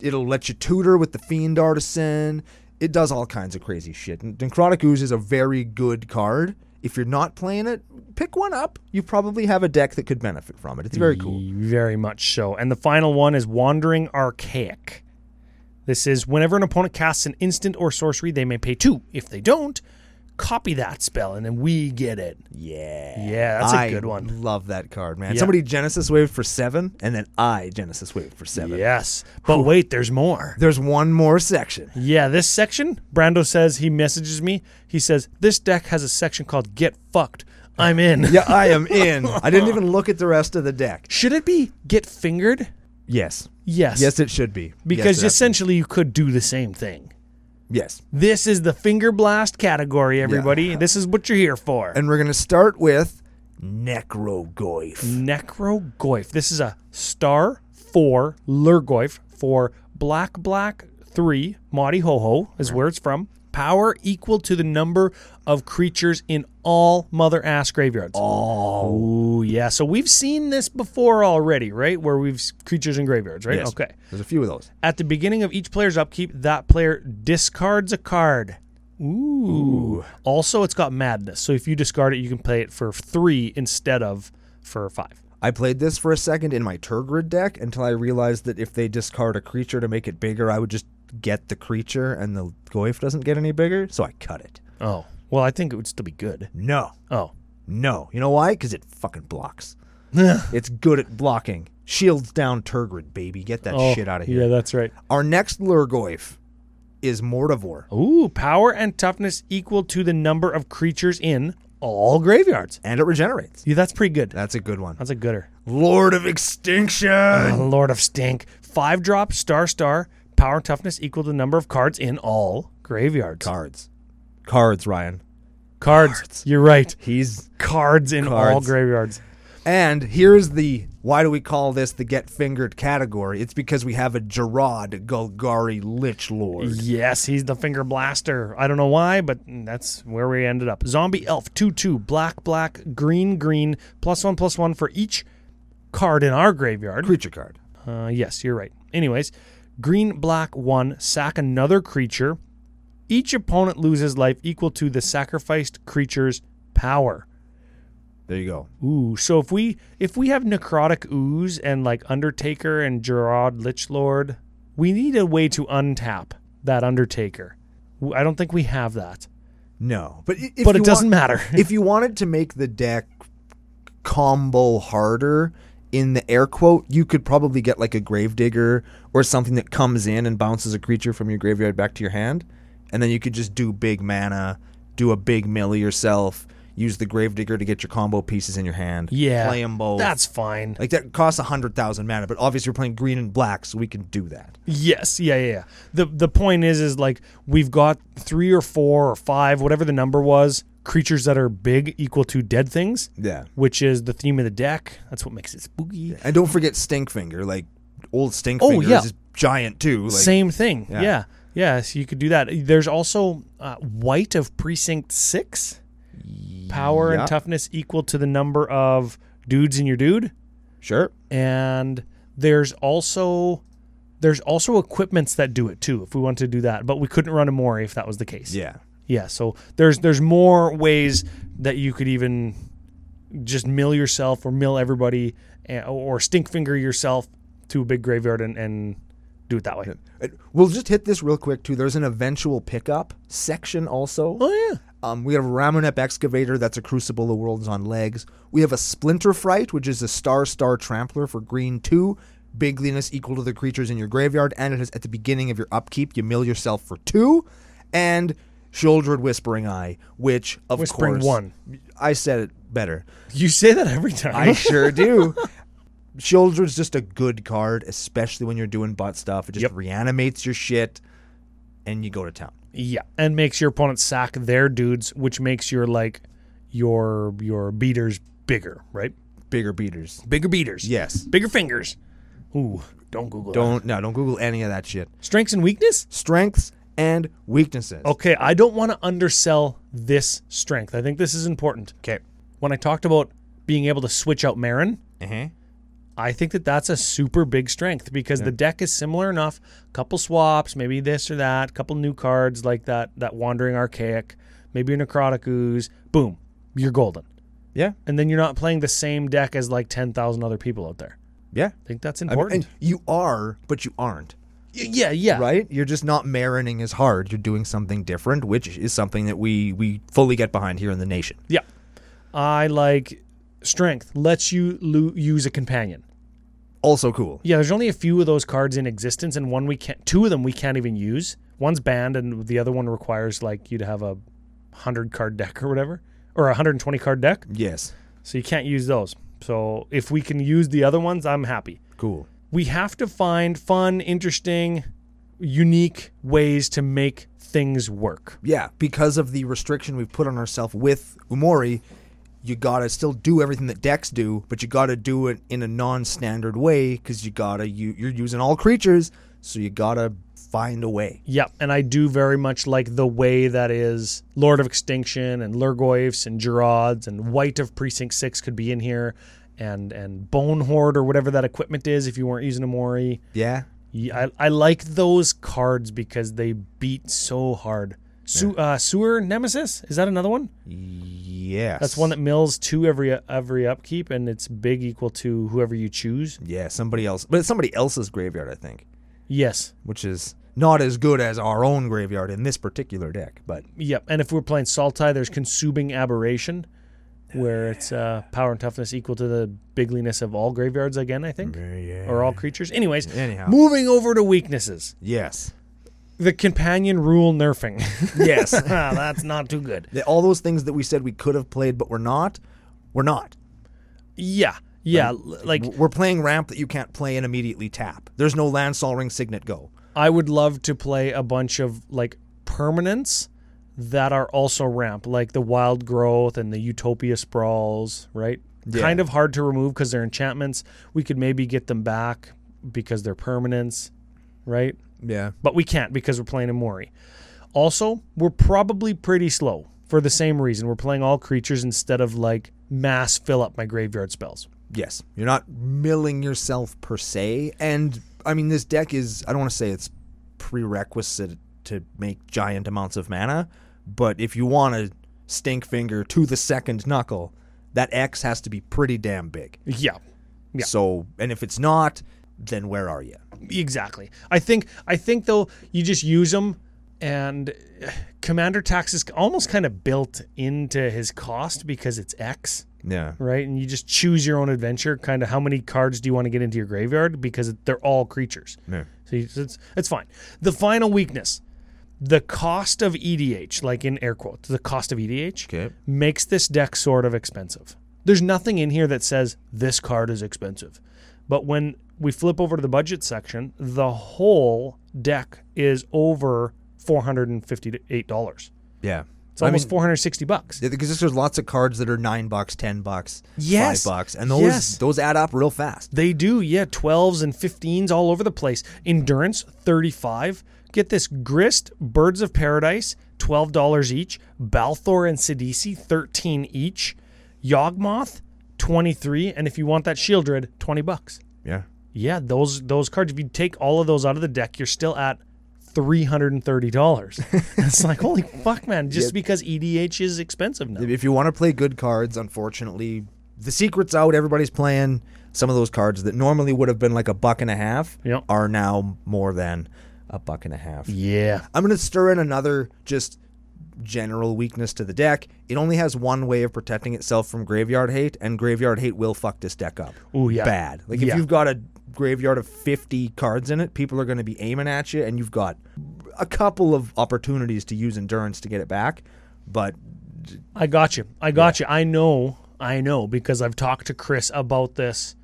Speaker 2: it'll let you tutor with the fiend artisan. It does all kinds of crazy shit. And Necrotic Ooze is a very good card. If you're not playing it, pick one up. You probably have a deck that could benefit from it. It's very cool.
Speaker 1: Very much so. And the final one is Wandering Archaic. This is whenever an opponent casts an instant or sorcery, they may pay two. If they don't, copy that spell and then we get it.
Speaker 2: Yeah.
Speaker 1: Yeah, that's a
Speaker 2: I
Speaker 1: good one.
Speaker 2: Love that card, man.
Speaker 1: Yeah.
Speaker 2: Somebody Genesis waved for seven, and then I Genesis waved for seven.
Speaker 1: Yes. But wait, there's more.
Speaker 2: There's one more section.
Speaker 1: Yeah, this section, Brando says he messages me. He says, This deck has a section called Get Fucked. I'm in.
Speaker 2: Yeah, I am in. I didn't even look at the rest of the deck.
Speaker 1: Should it be Get Fingered?
Speaker 2: Yes.
Speaker 1: Yes.
Speaker 2: Yes, it should be.
Speaker 1: because
Speaker 2: yes, it absolutely-
Speaker 1: essentially you could do the same thing.
Speaker 2: Yes.
Speaker 1: This is the finger blast category, everybody. This is what you're here for.
Speaker 2: And we're going to start with Necrogoyf.
Speaker 1: Necrogoyf. This is a star four Lurgoyf for black black three. Madi Ho Ho is where it's from. Power equal to the number of creatures in all mother ass graveyards. Oh, yeah. So we've seen this before already, right? Where we've s- creatures in graveyards, right?
Speaker 2: Yes.
Speaker 1: Okay.
Speaker 2: There's a few of those.
Speaker 1: At the beginning of each player's upkeep, that player discards a card. Ooh. Also, it's got madness. So if you discard it, you can play it for three instead of for five.
Speaker 2: I played this for a second in my Turgrid deck until I realized that if they discard a creature to make it bigger, I would just get the creature and the Goyf doesn't get any bigger, so I cut it.
Speaker 1: Oh. Well, I think it would still be good.
Speaker 2: No.
Speaker 1: Oh.
Speaker 2: No. You know why? Because it fucking blocks. it's good at blocking. Shields down Turgrid, baby. Get that shit out of here.
Speaker 1: Oh, Yeah, that's right.
Speaker 2: Our next Lurgoyf is Mortivore.
Speaker 1: Ooh, power and toughness equal to the number of creatures in all graveyards.
Speaker 2: And it regenerates.
Speaker 1: Yeah, that's pretty good.
Speaker 2: That's a good one.
Speaker 1: That's a *clears throat* gooder.
Speaker 2: Lord of Extinction.
Speaker 1: Oh, Lord of Stink. Five drop, star, star. Power and toughness equal to the number of cards in all graveyards.
Speaker 2: Cards. Cards, Ryan.
Speaker 1: Cards. You're right.
Speaker 2: He's
Speaker 1: Cards in all
Speaker 2: Cards.
Speaker 1: graveyards.
Speaker 2: And here's the why do we call this the get fingered category? It's because we have a Gerard Golgari Lich Lord.
Speaker 1: Yes, he's the finger blaster. I don't know why, but that's where we ended up. Zombie elf, 2 2, black, black, green, green, plus 1, plus 1 for each card in our graveyard.
Speaker 2: Creature card.
Speaker 1: Uh, yes, you're right. Anyways, green, black, one, sack another creature. Each opponent loses life equal to the sacrificed creature's power.
Speaker 2: There you go.
Speaker 1: Ooh, so if we if we have necrotic ooze and like Undertaker and Gerard Lichlord, we need a way to untap that Undertaker. W- I don't think we have that,
Speaker 2: No. But, i- if
Speaker 1: but
Speaker 2: you
Speaker 1: it doesn't
Speaker 2: want-
Speaker 1: matter.
Speaker 2: *laughs* if you wanted to make the deck combo harder in the air quote, you could probably get like a gravedigger or something that comes in and bounces a creature from your graveyard back to your hand. And then you could just do big mana, do a big melee yourself, use the gravedigger to get your combo pieces in your hand.
Speaker 1: yeah,
Speaker 2: Play 'em both.
Speaker 1: That's fine.
Speaker 2: Like that costs a hundred thousand mana, but obviously we're playing green and black, so we can do that.
Speaker 1: Yes, yeah, yeah, yeah. The the point is is like we've got three or four or five, whatever the number was, creatures that are big equal to dead things.
Speaker 2: Yeah.
Speaker 1: Which is the theme of the deck. That's what makes it spooky.
Speaker 2: And don't forget Stinkfinger, like old Stinkfinger
Speaker 1: Oh, yeah.
Speaker 2: is just giant too. Like,
Speaker 1: Same thing.
Speaker 2: Yeah.
Speaker 1: Yeah. yeah. so you could do that. There's also uh, White of Precinct 6. Power
Speaker 2: Yeah.
Speaker 1: and toughness equal to the number of dudes in your dude.
Speaker 2: Sure.
Speaker 1: And there's also there's also equipments that do it too if we want to do that, but we couldn't run a Mori if that was the case.
Speaker 2: Yeah.
Speaker 1: yeah. So there's there's more ways that you could even just mill yourself or mill everybody eh, or stink finger yourself to a big graveyard and, and do it that way.
Speaker 2: Uh, We'll just hit this real quick too. There's an eventual pickup section also.
Speaker 1: Oh yeah.
Speaker 2: Um, we have Ramunep Excavator, that's a Crucible of Worlds on legs. We have a Splinter Fright, which is a Star Star Trampler for green 2. Bigliness equal to the creatures in your graveyard, and it is at the beginning of your upkeep. You mill yourself for 2. And Shouldered Whispering Eye, which, of
Speaker 1: Whispering
Speaker 2: course.
Speaker 1: one.
Speaker 2: I said it better.
Speaker 1: You say that every time.
Speaker 2: *laughs* I sure do. Shouldered's just a good card, especially when you're doing butt stuff. It just
Speaker 1: Yep.
Speaker 2: reanimates your shit, and you go to town.
Speaker 1: Yeah, and makes your opponent sack their dudes, which makes your like your your beaters bigger, right?
Speaker 2: Bigger beaters.
Speaker 1: Bigger beaters.
Speaker 2: Yes.
Speaker 1: Bigger fingers. Ooh, don't Google. That.
Speaker 2: Don't no, don't Google any of that shit.
Speaker 1: Strengths and weakness.
Speaker 2: Strengths and weaknesses.
Speaker 1: Okay, I don't want to undersell this strength. I think this is important.
Speaker 2: Okay.
Speaker 1: When I talked about being able to switch out Marin,
Speaker 2: Uh-huh.
Speaker 1: I think that that's a super big strength because the deck is similar enough. Couple swaps, maybe this or that. Couple new cards like that. That wandering archaic, maybe a necrotic ooze. Boom, you're golden.
Speaker 2: Yeah.
Speaker 1: and then you're not playing the same deck as like 10,000 other people out there.
Speaker 2: Yeah.
Speaker 1: I think that's
Speaker 2: I mean,
Speaker 1: important.
Speaker 2: and you are, but you aren't.
Speaker 1: Y- yeah, yeah.
Speaker 2: Right? You're just not marining as hard. You're doing something different, which is something that we we fully get behind here in the nation.
Speaker 1: Yeah. I like strength lets you lo- use a companion.
Speaker 2: Also cool.
Speaker 1: Yeah, there's only a few of those cards in existence and one we can't two of them we can't even use. One's banned and the other one requires like you to have a 100 card deck or whatever or a 120 card deck,
Speaker 2: Yes.
Speaker 1: so you can't use those. So if we can use the other ones, I'm happy.
Speaker 2: Cool.
Speaker 1: we have to find fun, interesting, unique ways to make things work.
Speaker 2: Yeah, because of the restriction we've put on ourselves with Umori, you gotta still do everything that decks do, but you gotta do it in a non-standard way because you gotta you, you're using all creatures, so you gotta find a way.
Speaker 1: Yeah, and I do very much like the way that is Lord of Extinction and Lurgoyfs and Gerards and White of Precinct 6 could be in here and and Bone Horde or whatever that equipment is if you weren't using Amori.
Speaker 2: Yeah,
Speaker 1: Yeah, I, I like those cards because they beat so hard. Su- uh, sewer Nemesis? Is that another one?
Speaker 2: yes.
Speaker 1: That's one that mills two every every upkeep and it's big equal to whoever you choose.
Speaker 2: yeah, somebody else, but it's somebody else's graveyard, I think,
Speaker 1: Yes.
Speaker 2: which is not as good as our own graveyard in this particular deck. But
Speaker 1: Yep. And if we're playing Saltai, there's Consuming Aberration, where it's uh, power and toughness equal to the bigliness of all graveyards again, I think, or all creatures. Anyways,
Speaker 2: Anyhow.
Speaker 1: moving over to weaknesses.
Speaker 2: yes,
Speaker 1: The companion rule nerfing. *laughs*
Speaker 2: *laughs* yes,
Speaker 1: Ah, That's not too good.
Speaker 2: The- all those things that we said we could have played but we're not, we're not.
Speaker 1: Yeah. Yeah. l- Like,
Speaker 2: We're playing ramp that you can't play and immediately tap. There's no land Sol ring signet go.
Speaker 1: I would love to play a bunch of, like, permanents that are also ramp, like the Wild Growth and the Utopia Sprawls, right?
Speaker 2: Yeah.
Speaker 1: Kind of hard to remove because they're enchantments. We could maybe get them back because they're permanents, right?
Speaker 2: Yeah.
Speaker 1: But we can't because we're playing Amori. Also, we're probably pretty slow for the same reason. We're playing all creatures instead of like mass fill up my graveyard spells.
Speaker 2: Yes. You're not milling yourself per se. And I mean, this deck is, I don't want to say it's prerequisite to make giant amounts of mana, but if you want to stink finger to the second knuckle, that X has to be pretty damn big.
Speaker 1: Yeah. Yeah.
Speaker 2: So, and if it's not, then where are you?
Speaker 1: Exactly. I think I think though you just use them and eh, commander tax is almost kind of built into his cost because it's X,
Speaker 2: Yeah.
Speaker 1: right? And you just choose your own adventure kind of how many cards do you want to get into your graveyard because they're all creatures.
Speaker 2: Yeah.
Speaker 1: So you, it's it's fine. The final weakness, the cost of EDH, like in air quotes, the cost of EDH
Speaker 2: Okay.
Speaker 1: makes this deck sort of expensive. There's nothing in here that says this card is expensive. But when we flip over to the budget section, the whole deck is over $458.
Speaker 2: Yeah.
Speaker 1: It's almost 460 bucks.
Speaker 2: because there's lots of cards that are nine bucks, ten bucks,
Speaker 1: Yes.
Speaker 2: five bucks, and those
Speaker 1: Yes.
Speaker 2: those add up real fast.
Speaker 1: They do, yeah. 12s and 15s all over the place. Endurance, 35. Get this Grist, Birds of Paradise, $12 each. Balthor and Sidisi, 13 each. Yawgmoth, 23. And if you want that Shieldred, 20 bucks.
Speaker 2: Yeah,
Speaker 1: Yeah, those those cards, if you take all of those out of the deck, you're still at three hundred and thirty dollars. *laughs* it's like holy fuck, man! Just because EDH is expensive now.
Speaker 2: If you want to play good cards, unfortunately, the secret's out. Everybody's playing. Some of those cards that normally would have been like a buck and a half
Speaker 1: Yep.
Speaker 2: are now more than a buck and a half.
Speaker 1: Yeah,
Speaker 2: I'm going to stir in another just general weakness to the deck. It only has one way of protecting itself from graveyard hate, and graveyard hate will fuck this deck up.
Speaker 1: Ooh, yeah.
Speaker 2: Bad. Like, if
Speaker 1: Yeah.
Speaker 2: you've got a graveyard of 50 cards in it, people are going to be aiming at you, and you've got a couple of opportunities to use endurance to get it back. But
Speaker 1: I got you. I got you. I know. I know because I've talked to Chris about this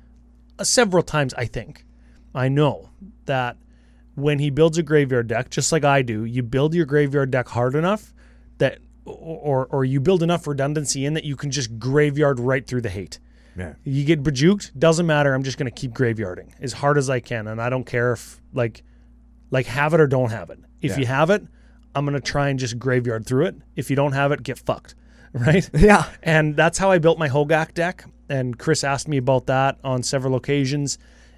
Speaker 1: uh, several times. I think I know that when he builds a graveyard deck, just like I do, you build your graveyard deck hard enough that, or or you build enough redundancy in that you can just graveyard right through the hate.
Speaker 2: yeah.
Speaker 1: You get bejuked, doesn't matter. I'm just gonna keep graveyarding as hard as I can, and I don't care if like, like have it or don't have it. If
Speaker 2: Yeah.
Speaker 1: you have it, I'm gonna try and just graveyard through it. If you don't have it, get fucked, *laughs* right?
Speaker 2: Yeah.
Speaker 1: And that's how I built my Hogak deck. And Chris asked me about that on several occasions.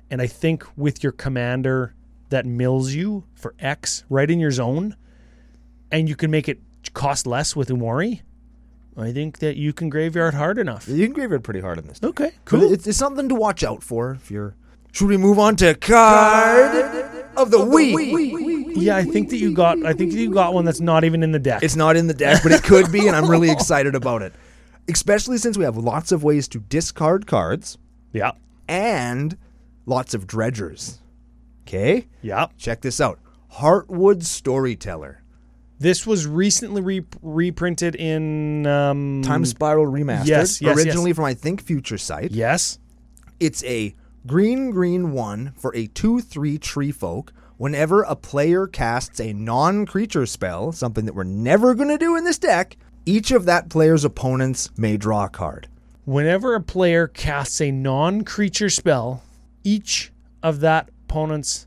Speaker 1: And I think with your commander that mills you for X right in your zone, and you can make it cost less with Umori, I think that you can graveyard hard enough.
Speaker 2: You can graveyard pretty hard in this.
Speaker 1: Okay,
Speaker 2: But
Speaker 1: cool.
Speaker 2: It's, it's something to watch out for if you're. Should we move on to card of the week?
Speaker 1: Yeah, I think that you got. I think that you got one that's not even in the deck.
Speaker 2: It's not in the deck, but it could be, and I'm really excited about it. Especially since we have lots of ways to discard cards
Speaker 1: yeah,
Speaker 2: and lots of dredgers. Okay?
Speaker 1: yeah.
Speaker 2: Check this out Heartwood Storyteller.
Speaker 1: This was recently re- reprinted in. Um,
Speaker 2: Time Spiral Remastered.
Speaker 1: Yes, yes,
Speaker 2: originally from, I think, Future Sight.
Speaker 1: Yes.
Speaker 2: It's a green green one for a 2 3 tree folk. Whenever a player casts a non creature spell, something that we're never going to do in this deck, each of that player's opponents may draw a card.
Speaker 1: Whenever a player casts a non-creature spell, each of that opponent's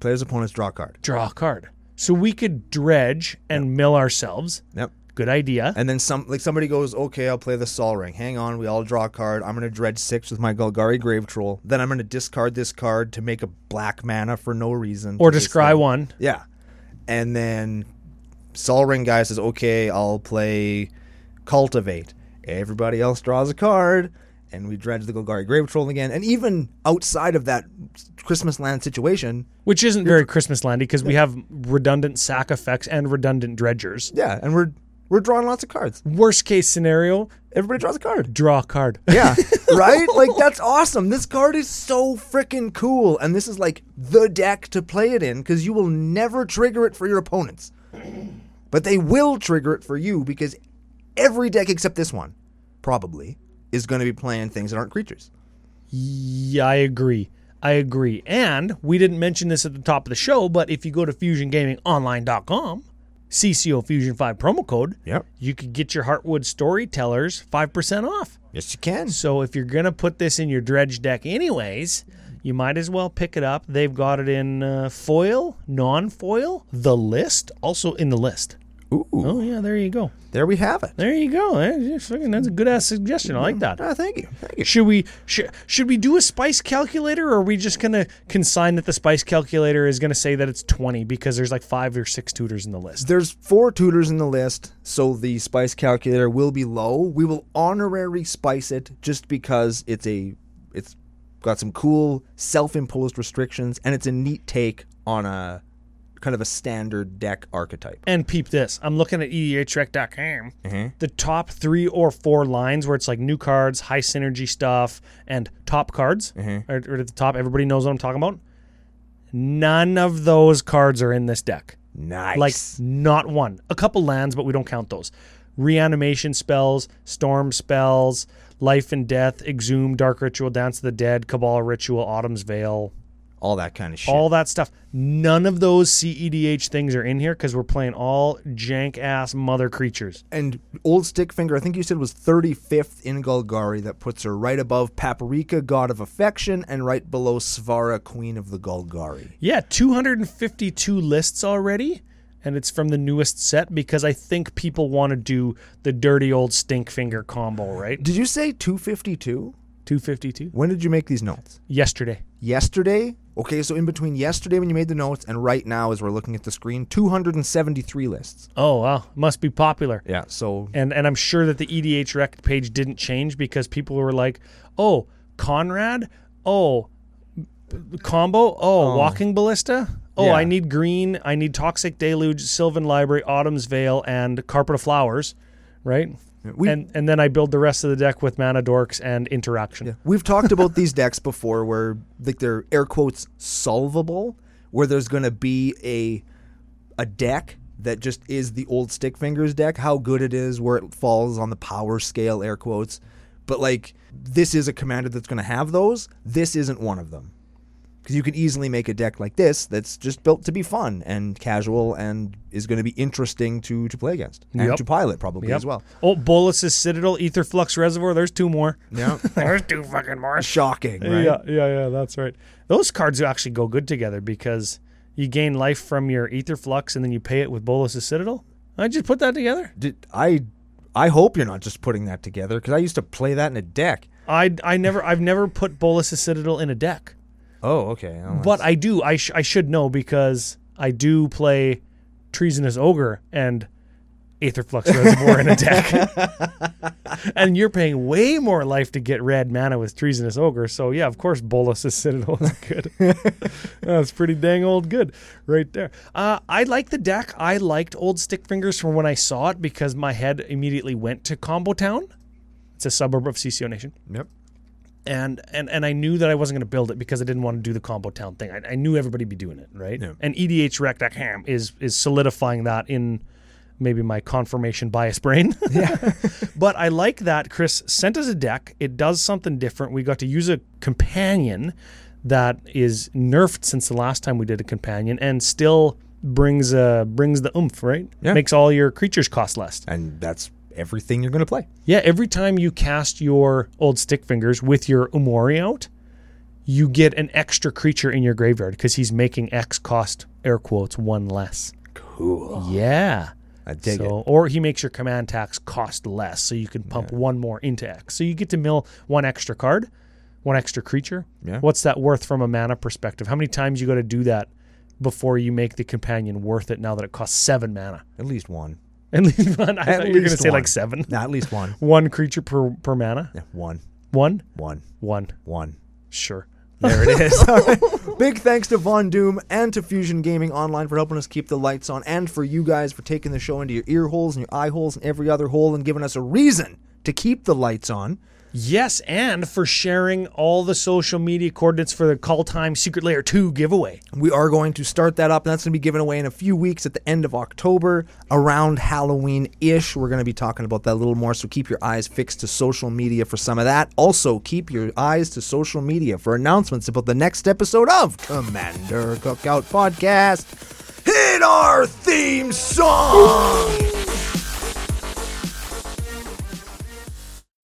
Speaker 2: Player's opponents draw a card.
Speaker 1: draw a card. So we could dredge and mill ourselves.
Speaker 2: Yep.
Speaker 1: Good idea.
Speaker 2: And then some, like somebody goes, okay, I'll play the Sol Ring. Hang on, we all draw a card. I'm gonna dredge six with my Golgari Grave Troll. Then I'm gonna discard this card to make a black mana for no reason.
Speaker 1: Or
Speaker 2: to this
Speaker 1: descry
Speaker 2: thing.
Speaker 1: one.
Speaker 2: Yeah. And then Sol Ring guy says, okay, I'll play Cultivate. Everybody else draws a card, and we dredge the Golgari Grave Troll again. And even outside of that Christmas land situation,
Speaker 1: Which isn't very Christmas landy because we have redundant sack effects and redundant dredgers.
Speaker 2: yeah, and we're we're drawing lots of cards.
Speaker 1: Worst case scenario,
Speaker 2: Everybody draws a card.
Speaker 1: draw a card. *laughs*
Speaker 2: *laughs* Yeah, right? Like that's awesome. This card is so freaking cool and this is like the deck to play it in cuz you will never trigger it for your opponents. But they will trigger it for you because every deck except this one probably is going to be playing things that aren't creatures.
Speaker 1: Yeah, I agree. I agree. And we didn't mention this at the top of the show, but if you go to fusiongamingonline.com, CCO Fusion 5 promo code,
Speaker 2: Yep.
Speaker 1: you could get your Heartwood Storytellers 5% off.
Speaker 2: Yes, you can.
Speaker 1: So if you're going to put this in your dredge deck anyways, you might as well pick it up. They've got it in uh, foil, non-foil, the list, also in the list.
Speaker 2: Ooh.
Speaker 1: Oh yeah, there you go.
Speaker 2: There we have it.
Speaker 1: There you go. Eh, yeah, fucking- That's a good ass suggestion. I like that.
Speaker 2: Ah, thank you. Thank you.
Speaker 1: Should we sh- should we do a spice calculator, or are we just gonna consign that the spice calculator is gonna say that it's twenty because there's like five or six tutors in the list?
Speaker 2: There's four tutors in the list, so the spice calculator will be low. We will honorary spice it just because it's a it's got some cool self-imposed restrictions and it's a neat take on a kind of a standard deck archetype.
Speaker 1: And peep this. I'm looking at E EDHREC.com. The top three or four lines where it's like new cards, high synergy stuff, and top cards are, are at the top. Everybody knows what I'm talking about. None of those cards are in this deck.
Speaker 2: Nice.
Speaker 1: Like not one. A couple lands, but we don't count those. Reanimation spells, storm spells, life and death, exhume, dark ritual, dance of the dead, cabal ritual, autumn's veil,
Speaker 2: all that kind of shit.
Speaker 1: all that stuff. None of those CEDH things are in here because we're playing all jank ass mother creatures.
Speaker 2: and old Stickfinger, I think you said was 35th in Golgari that puts her right above Paprika God of Affection and right below Svara Queen of the Golgari.
Speaker 1: Yeah, 252 lists already, and it's from the newest set because I think people want to do the dirty old stink finger combo, right?
Speaker 2: Did you say 252?
Speaker 1: 252
Speaker 2: When did you make these notes?
Speaker 1: yesterday.
Speaker 2: yesterday Okay, so in between yesterday when you made the notes and right now as we're looking at the screen, 273 lists.
Speaker 1: Oh wow, must be popular.
Speaker 2: Yeah, so
Speaker 1: And and I'm sure that the EDH rec page didn't change because people were like, "Oh, Conrad, oh, combo, oh, walking ballista." Oh,
Speaker 2: Yeah.
Speaker 1: I need green. I need Toxic Deluge, Sylvan Library, Autumn's Veil, and Carpet of Flowers, right?
Speaker 2: we-
Speaker 1: and and then I build the rest of the deck with Mana Dorks and Interaction.
Speaker 2: We've talked about these decks before where like they're air quotes solvable, where there's gonna be a a deck that just is the old stick fingers deck, how good it is, where it falls on the power scale, air quotes. But like this is a commander that's gonna have those. This isn't one of them. Because you can easily make a deck like this that's just built to be fun and casual and is going to be interesting to, to play against and
Speaker 1: Yep.
Speaker 2: to pilot probably
Speaker 1: Yep.
Speaker 2: as well.
Speaker 1: Oh, Bolus's Citadel, Etherflux Reservoir. There's two more.
Speaker 2: Yeah,
Speaker 1: there's two fucking more.
Speaker 2: *laughs* shocking, right?
Speaker 1: Yeah, yeah, yeah. That's right. Those cards actually go good together because you gain life from your ether flux, and then you pay it with Bolus's Citadel. I just put that together.
Speaker 2: Did I? I hope you're not just putting that together because I used to play that in a deck.
Speaker 1: I I never I've never put Bolus's Citadel in a deck,
Speaker 2: Oh, okay. Oh,
Speaker 1: but I do. I sh- I should know because I do play Treasonous Ogre and Aether Flux Reservoir in a deck, and you're paying way more life to get red mana with Treasonous Ogre. So yeah, of course, Bolus's Citadel is good. That's pretty dang old good, right there. Uh, I like the deck. I liked Old Stick Fingers from when I saw it because my head immediately went to Combo Town. It's a suburb of CCO Nation
Speaker 2: yep.
Speaker 1: and and and I knew that I wasn't going to build it because I didn't want to do the combo town thing. I, I knew everybody'd be doing it, right?
Speaker 2: Yeah.
Speaker 1: And EDH rec deck ham is is solidifying that in maybe my confirmation bias brain. *laughs* Yeah. but I like that Chris sent us a deck. It does something different. We got to use a companion that is nerfed since the last time we did a companion and still brings uh brings the oomph, right?
Speaker 2: Yeah.
Speaker 1: Makes all your creatures cost less.
Speaker 2: And that's everything you're going to play.
Speaker 1: Yeah, every time you cast your old stick fingers with your Umori out, you get an extra creature in your graveyard because he's making X cost air quotes one less.
Speaker 2: Cool.
Speaker 1: Yeah.
Speaker 2: I Oh. dig it.
Speaker 1: so, or he makes your command tax cost less, so you can pump one more into X. So you get to mill one extra card, one extra creature.
Speaker 2: Yeah.
Speaker 1: What's that worth from a mana perspective? How many times you got to do that before you make the companion worth it? Now that it costs seven mana, *laughs*
Speaker 2: At least one.
Speaker 1: at least one. I
Speaker 2: At
Speaker 1: thought you were going to
Speaker 2: least
Speaker 1: say
Speaker 2: one.
Speaker 1: like seven.
Speaker 2: Nah, at least one. *laughs*
Speaker 1: One creature per per mana.
Speaker 2: Yeah, one.
Speaker 1: One.
Speaker 2: One.
Speaker 1: One.
Speaker 2: One.
Speaker 1: Sure.
Speaker 2: There it is. All right. Big thanks to Von Doom and to Fusion Gaming Online for helping us keep the lights on, and for you guys for taking the show into your ear holes and your eye holes and every other hole and giving us a reason to keep the lights on.
Speaker 1: Yes, and for sharing all the social media coordinates for the Call Time Secret Layer 2 giveaway.
Speaker 2: We are going to start that up, and that's going to be given away in a few weeks at the end of October, around Halloween ish. We're going to be talking about that a little more, so keep your eyes fixed to social media for some of that. Also, keep your eyes to social media for announcements about the next episode of Commander Cookout Podcast. Hit our theme song!